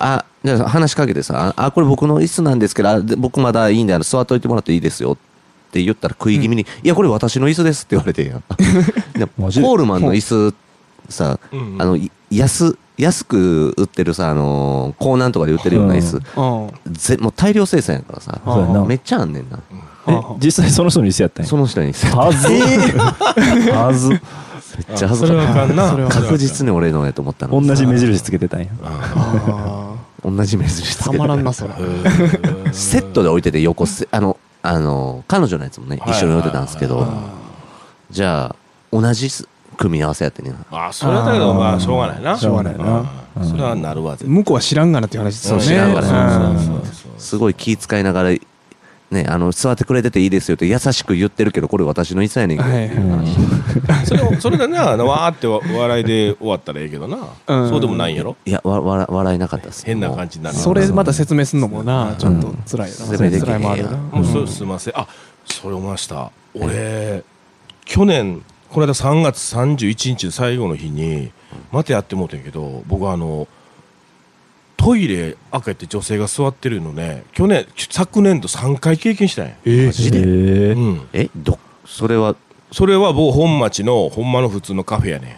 Speaker 4: あじゃあ話しかけてさああこれ僕の椅子なんですけどあで僕まだいいんであの座っといてもらっていいですよって言ったら食い気味に、いやこれ私の椅子ですって言われて んやんでコ
Speaker 2: マジで
Speaker 4: ールマンの椅子さ、
Speaker 3: うんうん
Speaker 4: あのい安安く売ってるさあのー、港南とかで売ってるような椅子、
Speaker 9: あ
Speaker 4: ぜもう大量生産やからさ、
Speaker 2: そうやな
Speaker 4: めっちゃあんねんな、
Speaker 2: え実際その人の椅子やったんや
Speaker 4: その人に椅子
Speaker 2: はずはず
Speaker 4: めっ
Speaker 3: い
Speaker 4: ちゃ
Speaker 3: あ
Speaker 4: 恥
Speaker 3: そ
Speaker 4: ず
Speaker 3: れ
Speaker 4: か
Speaker 3: は
Speaker 4: し
Speaker 3: あ
Speaker 4: い
Speaker 3: かんな
Speaker 4: 確実に俺のやと思ったの
Speaker 2: 同
Speaker 4: にさ
Speaker 2: じ目印つけてたんや
Speaker 9: あ
Speaker 4: 同じ目印つ
Speaker 9: た
Speaker 4: けて
Speaker 9: まらんなそれ
Speaker 4: セットで置いてて横せあのあの彼女のやつもね
Speaker 3: はい
Speaker 4: 一緒に置いてたんですけどじゃあ同じ組み合わせやってね
Speaker 3: ああそれはだけどまあしょうがないな
Speaker 9: しょうがないな
Speaker 3: うんそれはなるわ絶
Speaker 9: 向こうは知らんがなっていう話ですよね
Speaker 4: そう知らんがな
Speaker 9: うん
Speaker 3: そうそう
Speaker 4: すごい気遣いながらねあの座ってくれてていいですよって優しく言ってるけどこれ私の椅子やねんけど、
Speaker 9: はいはい
Speaker 3: それをそれでなあのわーってわ笑いで終わったらええけどな
Speaker 9: うん
Speaker 3: そうでもないんやろ
Speaker 4: いやわわ笑えなかったっす
Speaker 3: 変な感じになる
Speaker 9: それまた説明すんのもなちょっと辛いな
Speaker 4: 説明できへん
Speaker 9: 辛いもあるな
Speaker 3: もうそうすいませんあそれ思いました俺去年この間3月31日の最後の日にまたやってもうてんけど僕はあのトイレ開けて女性が座ってるのね去年昨年度3回経験したんや、
Speaker 9: え
Speaker 2: へえ
Speaker 3: うん、
Speaker 4: えどそれは
Speaker 3: それは僕本町のほんまの普通のカフェやねん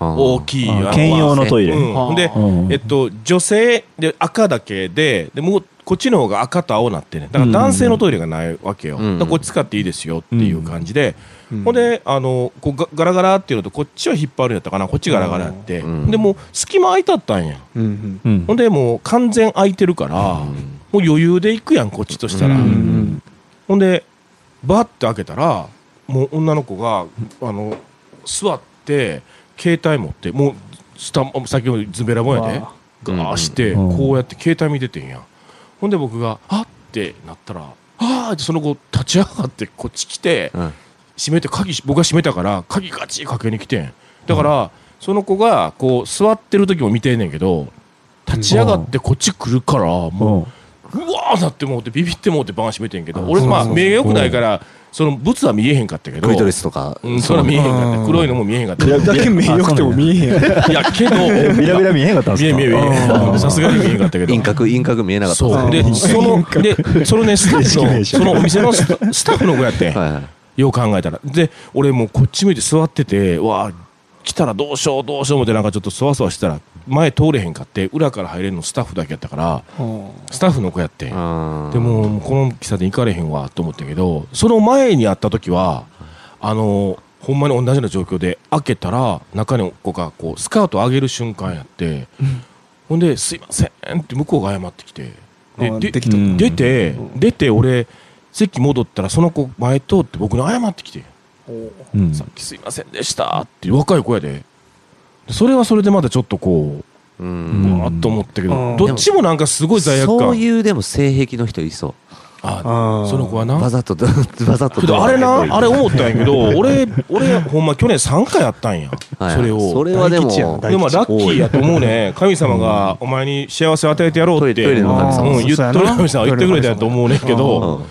Speaker 4: あー
Speaker 3: 大きいあの
Speaker 2: 兼用のトイレ
Speaker 3: うん、で、
Speaker 2: うん
Speaker 3: えっと、女性で赤だけででもうこっちの方が赤と青なってねだから男性のトイレがないわけよ、
Speaker 4: うんうん
Speaker 3: だからこっち使っていいですよっていう感じで、ほんであのこうガガラガラっていうのとこっちは引っ張るんやったかなこっちガラガラやって、
Speaker 4: うん
Speaker 3: でもう隙間空いたったんや、
Speaker 9: うんうん
Speaker 2: うん
Speaker 3: ほんでもう完全空いてるから、もう余裕で行くやんこっちとしたら、
Speaker 9: うん
Speaker 3: ほんでバッて開けたらもう女の子があの座って携帯持ってもうスタン先ほどズベラボンやでガーして
Speaker 2: うん
Speaker 3: こうやって携帯見ててんやんほんで僕が「あっ!」ってなったら「ああ!」ってその子立ち上がってこっち来て
Speaker 4: うん
Speaker 3: 閉めて鍵僕が閉めたから鍵ガチかけに来てんだからその子がこう座ってる時も見てんねんけど立ち上がってこっち来るからもう
Speaker 2: も
Speaker 3: うわーなってもうてビビってもうてバン閉めてんけど俺まあ目が良くないからそのブツは見えへんかったけど
Speaker 4: クイトレスとか、
Speaker 3: うんそれは見えへんかった黒いのも見えへんかったけど
Speaker 9: だけ目良くても見えへんや
Speaker 3: いやけど
Speaker 2: うビラビラ見えへんかったん
Speaker 3: 見
Speaker 2: す
Speaker 3: え
Speaker 2: か
Speaker 3: 見え見えさすがに見えへんかったけど
Speaker 4: 輪郭輪郭見えなかったっす
Speaker 3: そうでそのでそのねスタ
Speaker 2: 正式
Speaker 3: ッフのそ
Speaker 2: 名称
Speaker 3: のお店のスタスタッフの子やって
Speaker 4: はいはい
Speaker 3: よう考えたらで俺もうこっち向いて座っててわあ来たらどうしようどうしよう思ってなんかちょっとそわそわしてたら前通れへんかって裏から入れるのスタッフだけやったからスタッフの子やって
Speaker 4: あー
Speaker 3: でももうこの喫茶店行かれへんわと思ったけどその前に会った時はあのほんまに同じような状況で開けたら中の子がこうスカート上げる瞬間やって、ほんで「すいません」って向こうが謝ってきて
Speaker 9: あ
Speaker 3: でで
Speaker 9: できとった
Speaker 3: 出て出て俺席戻ったらその子前通って僕に謝ってきて
Speaker 2: う
Speaker 3: 「
Speaker 2: ん
Speaker 3: さっきすいませんでした」って若い子やででそれはそれでまだちょっとこ
Speaker 4: う
Speaker 3: う、
Speaker 4: ん
Speaker 3: うわーっと思ったけ
Speaker 9: う
Speaker 3: ど
Speaker 9: ん
Speaker 3: どっちもなんかすごい罪悪感
Speaker 4: そういうでも性癖の人いそう
Speaker 3: あ
Speaker 9: あー
Speaker 3: その子はな
Speaker 4: わざと わざと
Speaker 3: けどあれな、あれ思ったんやけど、俺、俺、ほんま去年3回やったんや、
Speaker 4: はい
Speaker 3: それを。
Speaker 4: それはでも
Speaker 9: 大吉やん
Speaker 3: でもラッキーやと思うね、神様がお前に幸せを与えてやろうって、
Speaker 4: トイレの神様
Speaker 3: うん
Speaker 9: そう
Speaker 3: 言っ
Speaker 9: そうやな
Speaker 3: とる神様は言ってくれたんやと思うねんけ
Speaker 4: う
Speaker 3: ど
Speaker 4: ん、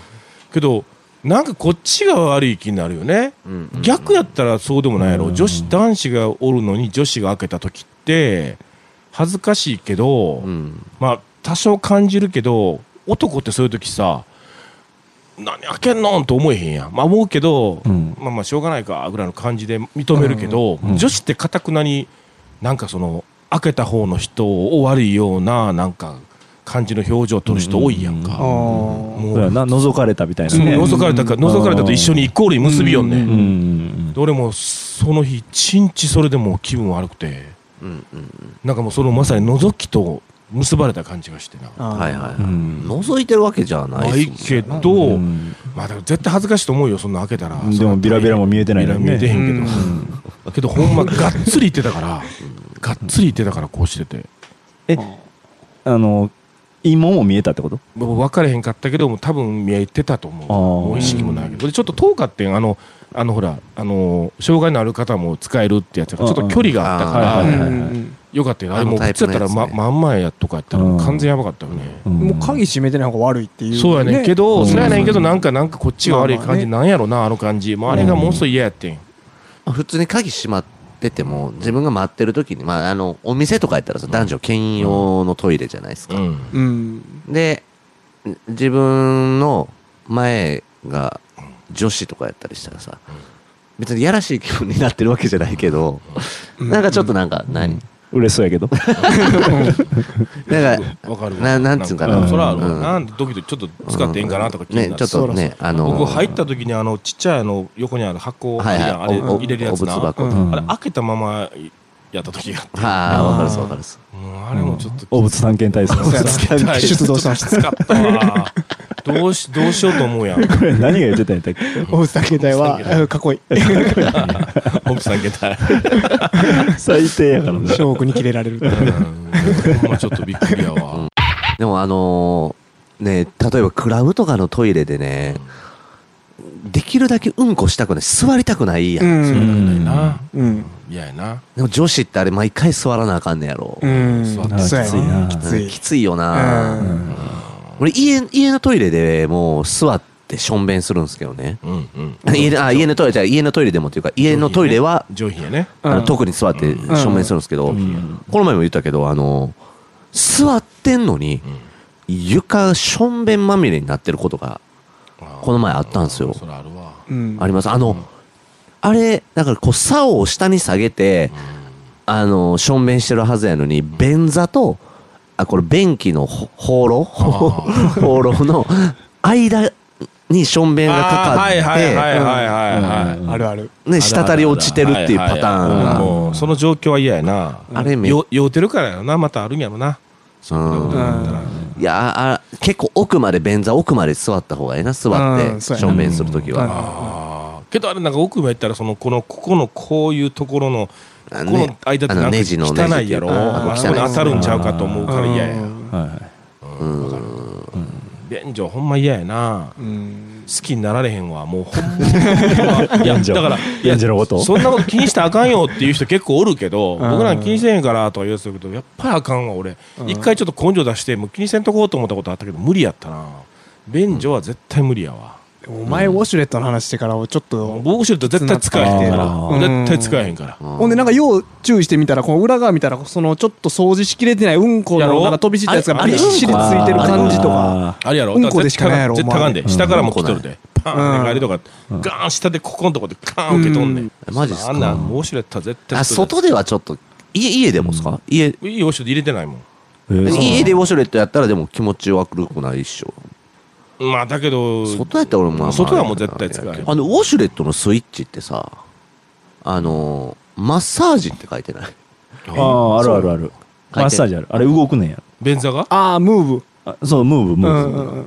Speaker 3: けど、なんかこっちが悪い気になるよね、
Speaker 4: うん
Speaker 3: 逆やったらそうでもないやろ、女子、男子がおるのに女子が開けた時って、恥ずかしいけど、
Speaker 4: うん
Speaker 3: まあ、多少感じるけど、男ってそういう時さ、何開けんのんと思えへんやん、まあ、思うけど、
Speaker 2: うん
Speaker 3: まあまあしょうがないかぐらいの感じで認めるけど、
Speaker 2: うんうん
Speaker 3: 女子ってかたくなになんかその開けた方の人を悪いようななんか感じの表情を取る人多いやんか、
Speaker 9: あ
Speaker 3: も
Speaker 2: そうや
Speaker 3: う
Speaker 2: な覗かれたみたいな
Speaker 3: そう
Speaker 2: ね
Speaker 3: 覗かれたか覗かれたと一緒にイコールに結びよんね、
Speaker 9: うん
Speaker 2: うんうん
Speaker 3: で俺もその日一日それでもう気分悪くて
Speaker 4: うんうん
Speaker 3: なんかもうそのまさに覗きと結ばれた感じがしてな
Speaker 1: あー
Speaker 4: はいはいはい
Speaker 2: うん
Speaker 4: 覗いてるわけじゃない
Speaker 3: ない
Speaker 4: です
Speaker 3: け
Speaker 4: もんね
Speaker 3: ど、
Speaker 2: うん
Speaker 3: まあでも絶対恥ずかしいと思うよそんな開けたら
Speaker 2: でもビラビラも見えてない
Speaker 3: ビ
Speaker 2: の
Speaker 3: ラ
Speaker 2: に
Speaker 3: 見えてへ
Speaker 2: ね
Speaker 3: んけど、けどほんまがっつりいってたからがっつりいってたからこうしてて
Speaker 2: あの陰謀も見えたってこと
Speaker 3: もう分かれへんかったけどもう多分見えてたと思う
Speaker 2: あー
Speaker 3: もう意識もないけどでちょっと遠かってんあのあのほらあの障害のある方も使えるってやつがちょっと距離があったか
Speaker 2: あ
Speaker 3: ら、
Speaker 2: ーはいはい
Speaker 3: よかったよあれ
Speaker 4: あの
Speaker 3: もう
Speaker 4: タ
Speaker 3: 普
Speaker 4: イ
Speaker 3: 通
Speaker 4: プ
Speaker 3: や
Speaker 4: の
Speaker 3: った
Speaker 4: や
Speaker 3: ら、
Speaker 4: つね
Speaker 3: ま、真ん前やとかやったら
Speaker 2: うん
Speaker 3: 完全やばかったよね、
Speaker 2: も
Speaker 9: もう鍵閉めてない方が悪いっていう、
Speaker 3: そうやねんけど、それやねんけど、なん
Speaker 9: か、
Speaker 3: か、なんかこっちが悪い感じ、
Speaker 9: ま
Speaker 3: なんやろな、あの感じ、もうあれがものすごい嫌やってん。
Speaker 4: 普通に鍵閉まってても自分が待ってる時に、まあ、あのお店とかやったらさ男女兼用のトイレじゃないですか、
Speaker 3: ん。
Speaker 9: うん、
Speaker 4: で自分の前が女子とかやったりしたらさ別にやらしい気分になってるわけじゃないけど、なんかちょっとなんか、何
Speaker 2: 嬉しそうやけど
Speaker 4: なんか
Speaker 3: わかるわ
Speaker 4: ななんつうんかな
Speaker 3: うんそらあるわ、
Speaker 4: うん
Speaker 3: なんでドキドキちょっと使っていいんかなとか気にな
Speaker 4: ねちょっとねあの
Speaker 3: 僕入った時にあのちっちゃいあの横にある箱
Speaker 4: はいはい
Speaker 3: あれ
Speaker 4: おお
Speaker 3: 入れるやつな、
Speaker 4: お仏箱
Speaker 3: う
Speaker 4: と
Speaker 3: んあれ開けたままやった時があって、
Speaker 4: はあわかるっすわかるっす
Speaker 3: うんあれもちょっと
Speaker 2: お仏探検隊さん
Speaker 9: そうやな出動しました
Speaker 3: 使ったわどうしどうしようと思うやん
Speaker 2: これ何が言ってたんやったっけ
Speaker 9: 大津さん携帯はうんかっ こいい
Speaker 3: 奥さんけたい
Speaker 2: 最低やからね
Speaker 9: 翔くんにキレられる
Speaker 3: うんほんまちょっとびっくりやわ、
Speaker 4: うんでもあのーね例えばクラブとかのトイレでねできるだけうんこしたくない座りたくないやん、
Speaker 3: そういうのやないな
Speaker 9: うん
Speaker 3: 嫌やな
Speaker 4: でも女子ってあれ毎回座らなあかんねやろ、
Speaker 9: うん
Speaker 3: そう
Speaker 2: あー
Speaker 9: そうや
Speaker 2: きついな
Speaker 9: き
Speaker 4: う
Speaker 9: つ
Speaker 4: ん
Speaker 9: い
Speaker 4: きついよ
Speaker 9: う
Speaker 4: な、
Speaker 9: ん
Speaker 4: 俺家家のトイレでもう座ってしょんべんするんですけどね、
Speaker 3: うんうん
Speaker 4: 家であ家のトイレじゃあ家のトイレでもっていうか家のトイレは、
Speaker 3: 上品やね
Speaker 9: うん
Speaker 4: あの特に座ってしょんべんするんですけど、この前も言ったけどあの座ってんのに床がしょんべんまみれになってることがこの前あったんですよ、
Speaker 3: それあるわ
Speaker 9: うん
Speaker 4: あります。あの、あれ、だからこう、竿を下に下げて、あの、しょんべんしてるはずやのに、便座と、あ、これ、便器のほ放浪 放浪の間にしょんべんがかかっ
Speaker 3: あーはいはい
Speaker 4: て、
Speaker 3: はいはいはいはい
Speaker 9: あるある
Speaker 4: ね、滴り落ちてるっていうパターン
Speaker 3: はいはいはい
Speaker 4: が、
Speaker 3: もうその状況は嫌やな
Speaker 4: あれめ
Speaker 3: よ酔うてるからやろなまたあるんやろな
Speaker 4: うん
Speaker 9: うん
Speaker 4: いやあ結構奥まで便座奥まで座った方がええな座
Speaker 9: う
Speaker 4: っ
Speaker 9: ん
Speaker 4: て
Speaker 9: そうや
Speaker 4: し
Speaker 9: な
Speaker 4: ょんべんするときは
Speaker 3: あーけどあれなんか奥まで行ったらそのこのここのこういうところのこ
Speaker 4: あ
Speaker 3: こ
Speaker 4: ね
Speaker 3: の間って
Speaker 4: あ
Speaker 3: なん
Speaker 4: の
Speaker 3: か
Speaker 4: ネジのネジ
Speaker 3: 汚いやろ
Speaker 9: っていうか
Speaker 3: あ
Speaker 4: 汚い
Speaker 3: そこに
Speaker 9: あ
Speaker 3: 当たるんちゃうかと思うから嫌や
Speaker 2: は
Speaker 3: 便所ほんま嫌やな
Speaker 9: うん
Speaker 3: 好きになられへんわもうほん まいや
Speaker 2: 便所
Speaker 3: だから
Speaker 2: いやんじのこと
Speaker 3: そんなこと気にしたらあかんよっていう人結構おるけど、
Speaker 9: うん
Speaker 3: 僕ら気にせえへんからとか言うやつだけど、やっぱりあかんわ、俺。一回ちょっと根性出して、もう気にせんとこうと思ったことあったけど、無理やったな。便所は絶対無理やわ。
Speaker 9: お前ウォシュレットの話してからちょっと
Speaker 3: 防護シェルト絶対使えへんか
Speaker 9: う
Speaker 3: ら。絶
Speaker 9: ん
Speaker 3: 対使えへんから。
Speaker 9: ほんでなんかよう注意してみたらこの裏側見たらそのちょっと掃除しきれてないうんこ
Speaker 3: やろ
Speaker 9: のなんか飛び散ったやつが
Speaker 4: あ
Speaker 9: び
Speaker 4: れ
Speaker 9: っしりついてる感じとか
Speaker 2: あ
Speaker 3: あれやろ、
Speaker 9: うんこでしかないやろ
Speaker 3: 絶対あかん
Speaker 9: お前
Speaker 3: 絶対あかんで、下からも来とるで。パーン
Speaker 9: う
Speaker 3: っ
Speaker 9: ん
Speaker 3: て帰りとか、ガーン下でここんとこでカーン受け取んねん。
Speaker 4: うんマジっすか
Speaker 3: あんなん、防護シェルトは絶対
Speaker 4: あ外ではちょっと家家でもですか家
Speaker 3: いいよ、シュ入れてないもん。
Speaker 2: えーそう
Speaker 4: 家でウォシュレットやったらでも気持ち悪くないっしょ
Speaker 3: まあ、だけど、
Speaker 4: 外やったら俺もまあまあ
Speaker 3: 外はもう絶対使えへん。
Speaker 4: あのウォシュレットのスイッチってさあのーマッサージって書いてない
Speaker 2: あああるある
Speaker 4: 書
Speaker 2: ある
Speaker 4: いて
Speaker 2: マッサージあるあれ動くねんや
Speaker 3: 便座が
Speaker 9: ああムーブ
Speaker 2: あそうムーブム
Speaker 9: う
Speaker 2: ー
Speaker 9: ん
Speaker 2: ブ、
Speaker 9: うんうん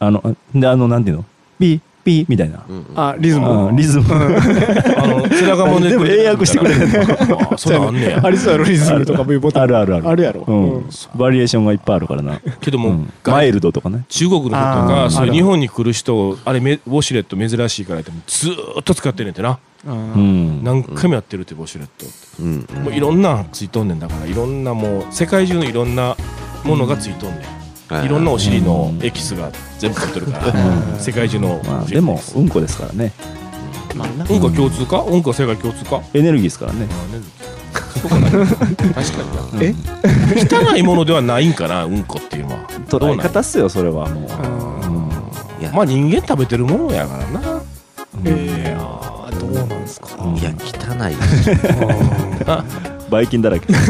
Speaker 2: あのであのなんていうのピーピーみたいな、
Speaker 9: あリズム
Speaker 2: うん、リズム
Speaker 3: あの、背中もね。
Speaker 2: でも英訳してくれる
Speaker 3: ああ、それあんね や。
Speaker 9: ありそうやろリズムとか V ボタン
Speaker 2: あるあるある
Speaker 9: あるやろ
Speaker 2: うん
Speaker 9: うん
Speaker 2: バリエーションがいっぱいあるからな、
Speaker 3: けど
Speaker 2: う
Speaker 3: も、
Speaker 2: ん、
Speaker 3: 外
Speaker 2: マイルドとかね
Speaker 3: 中国の人と
Speaker 9: あ
Speaker 3: か
Speaker 9: ー
Speaker 3: そういう
Speaker 9: ある
Speaker 3: 日本に来る人あれめウォシュレット珍しいからってずーっと使ってんねんてな
Speaker 9: うん
Speaker 2: うん
Speaker 3: 何回もやってるってウォシュレットって
Speaker 4: うん
Speaker 3: もういろんなんついとんねんだからいろんなもう世界中のいろんなものがついとんねんいろんなお尻のエキスが全部ついとるから世界中の
Speaker 2: まあでもうんこですからね
Speaker 3: うんこは共通かうんこは世界共通か
Speaker 2: エネルギーですからね
Speaker 3: 汚いものではないんかなうんこっていうのは
Speaker 2: 捉
Speaker 3: どう
Speaker 2: え
Speaker 3: なんや
Speaker 2: 方っすよそれはもう、
Speaker 4: いや
Speaker 3: まあ人間食べてるものやからな。
Speaker 9: えー、どうなんですか
Speaker 4: いや汚い
Speaker 2: バイキンだら け
Speaker 9: じゃ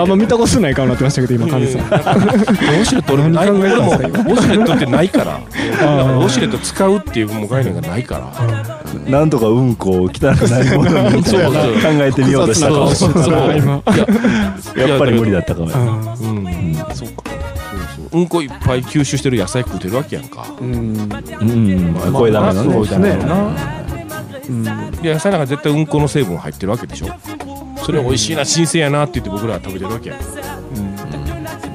Speaker 9: ああんま見たことない顔になってましたけど今神さん
Speaker 3: ウォシュレット俺もない俺もウォシュレットってないからウォシュレット使うっていうもう概念がないから
Speaker 2: なんとかうんこを汚くないものに考
Speaker 3: そうそう
Speaker 2: えてみようとしたかも
Speaker 3: そうそうそうい
Speaker 2: やっぱり無理だったかも
Speaker 3: うんそうそううんこいっぱい吸収してる野菜食うてるわけやんか
Speaker 2: うんまあ声だめだ
Speaker 3: そうだね
Speaker 2: ね
Speaker 3: いや野菜なんか絶対うんこの成分入ってるわけでしょそれ美味しいな新鮮やなって言って僕らは食べてるわけやん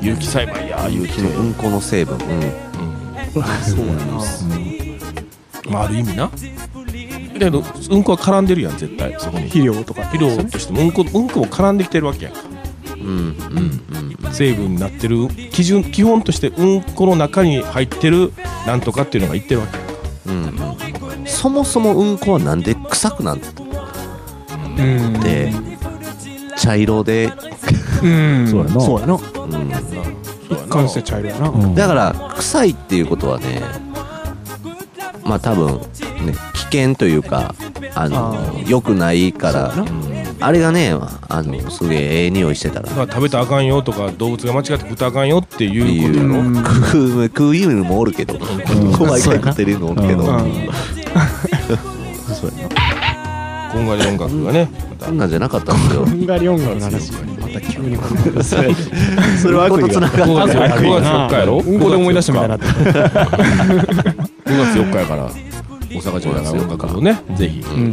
Speaker 3: 有機栽培や有機
Speaker 4: でもうんこの成分、うん、
Speaker 3: まあある意味なだけどうんこは絡んでるやん絶対そこに
Speaker 9: 肥料とか
Speaker 3: 肥料としてもうんこうんこも絡んできてるわけやんか成分になってる基準基本としてうんこの中に入ってるなんとかっていうのが言ってるわけ
Speaker 4: そもそもうんこはなんで臭くなって、茶色で、
Speaker 9: うん
Speaker 2: そうやな
Speaker 9: そうやな
Speaker 4: うん
Speaker 9: 一貫して茶色やな
Speaker 2: うん
Speaker 4: だから臭いっていうことはねまあ多分ね危険というかあ
Speaker 9: あ
Speaker 4: の良くないからあれがねあのすげえええ匂いしてたら
Speaker 3: だから食べたらあかんよとか動物が間違って食ったらあかんよっていうことやろ
Speaker 4: 言う食う食う犬もおるけど怖いから食ってる犬もおるけど
Speaker 3: 今後の音楽がねま
Speaker 4: そんなんじゃなかったんですよ
Speaker 9: ハンガリー音楽の話また急にこの
Speaker 2: それは悪意が
Speaker 3: た5月4日やろ
Speaker 9: うんこで思い出してもらえなって
Speaker 3: 5月4日やから大阪城の音楽をねぜひ、うん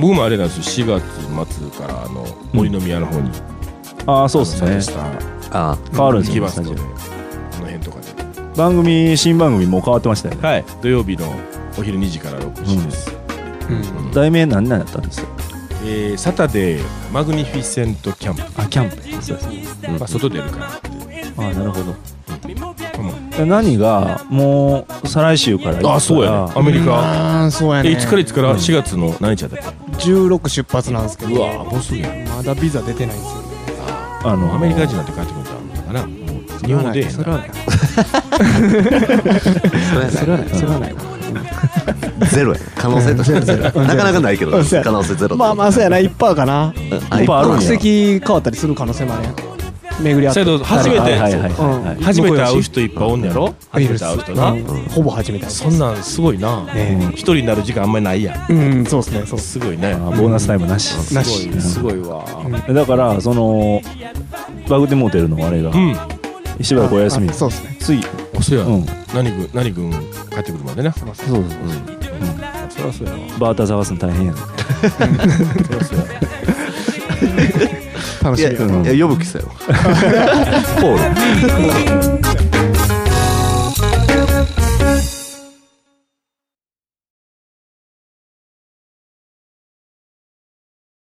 Speaker 3: 僕もあれなんですよ4月末からあの森の宮の方に
Speaker 2: ああそうですね
Speaker 3: 下
Speaker 4: あ
Speaker 2: 変わるんです
Speaker 3: 行き
Speaker 2: よ
Speaker 3: ますの
Speaker 2: ス
Speaker 3: で
Speaker 2: タ
Speaker 3: こ
Speaker 2: ジ
Speaker 3: の辺とかで
Speaker 2: オ番組新番組もう変わってましたよね
Speaker 3: はい土曜日のお昼2時から6時です、
Speaker 2: 題名何なんやったんですか
Speaker 3: えーサタデーマグニフィセントキャンプ、
Speaker 2: あキャンプそうですね
Speaker 3: まあ、外出るから
Speaker 2: あなるほど何がもう再来週から行くから
Speaker 3: あそうやねアメリカ、
Speaker 9: ああそうや
Speaker 3: え
Speaker 9: ね
Speaker 3: いつからいつから4月の何日だったっ
Speaker 9: 16出発なんですけ
Speaker 3: け
Speaker 9: ど
Speaker 3: うわーもうすぐやん
Speaker 9: まだビザ出てないんですよ
Speaker 2: あの
Speaker 3: アメリカ人なんて帰ってくるんじゃんだからもう日本でええん
Speaker 9: それ
Speaker 3: だ
Speaker 9: はないそれはないそれはない
Speaker 4: ゼロや可能性としてはゼロなかなかないけど可能性ゼロ
Speaker 9: まあまあそうやな1%かな
Speaker 4: あいっぱいあるん
Speaker 9: 国
Speaker 4: や
Speaker 9: 籍変わったりする可能性もあるやん巡り合っ
Speaker 3: そ
Speaker 9: て
Speaker 3: やけど 初め
Speaker 2: はいはい
Speaker 3: て
Speaker 2: はいはい
Speaker 3: 初めて会う人いっぱいおんねやろ初めて会う人な
Speaker 9: うんほぼ初めて
Speaker 3: そんなんすごいな
Speaker 9: ね
Speaker 3: 一人になる時間あんまりないやん
Speaker 9: うんそうですねそうっす
Speaker 3: すごいね
Speaker 2: あボーナスタイムなし
Speaker 9: な
Speaker 3: す
Speaker 9: し
Speaker 3: ごいすごいわ
Speaker 2: だからそのバグテモーテルのあれが
Speaker 3: うん
Speaker 2: しばらくお休み
Speaker 9: あそうですね
Speaker 2: つい
Speaker 3: おそや
Speaker 2: うん
Speaker 3: 何君何君帰ってくるまでね
Speaker 2: そうです
Speaker 3: そりゃそうやわ
Speaker 2: バーター探すの大変や
Speaker 3: そりゃそうや
Speaker 9: 楽
Speaker 4: い
Speaker 9: し
Speaker 4: や
Speaker 9: み
Speaker 4: いや呼ぶ気さよポール
Speaker 6: 「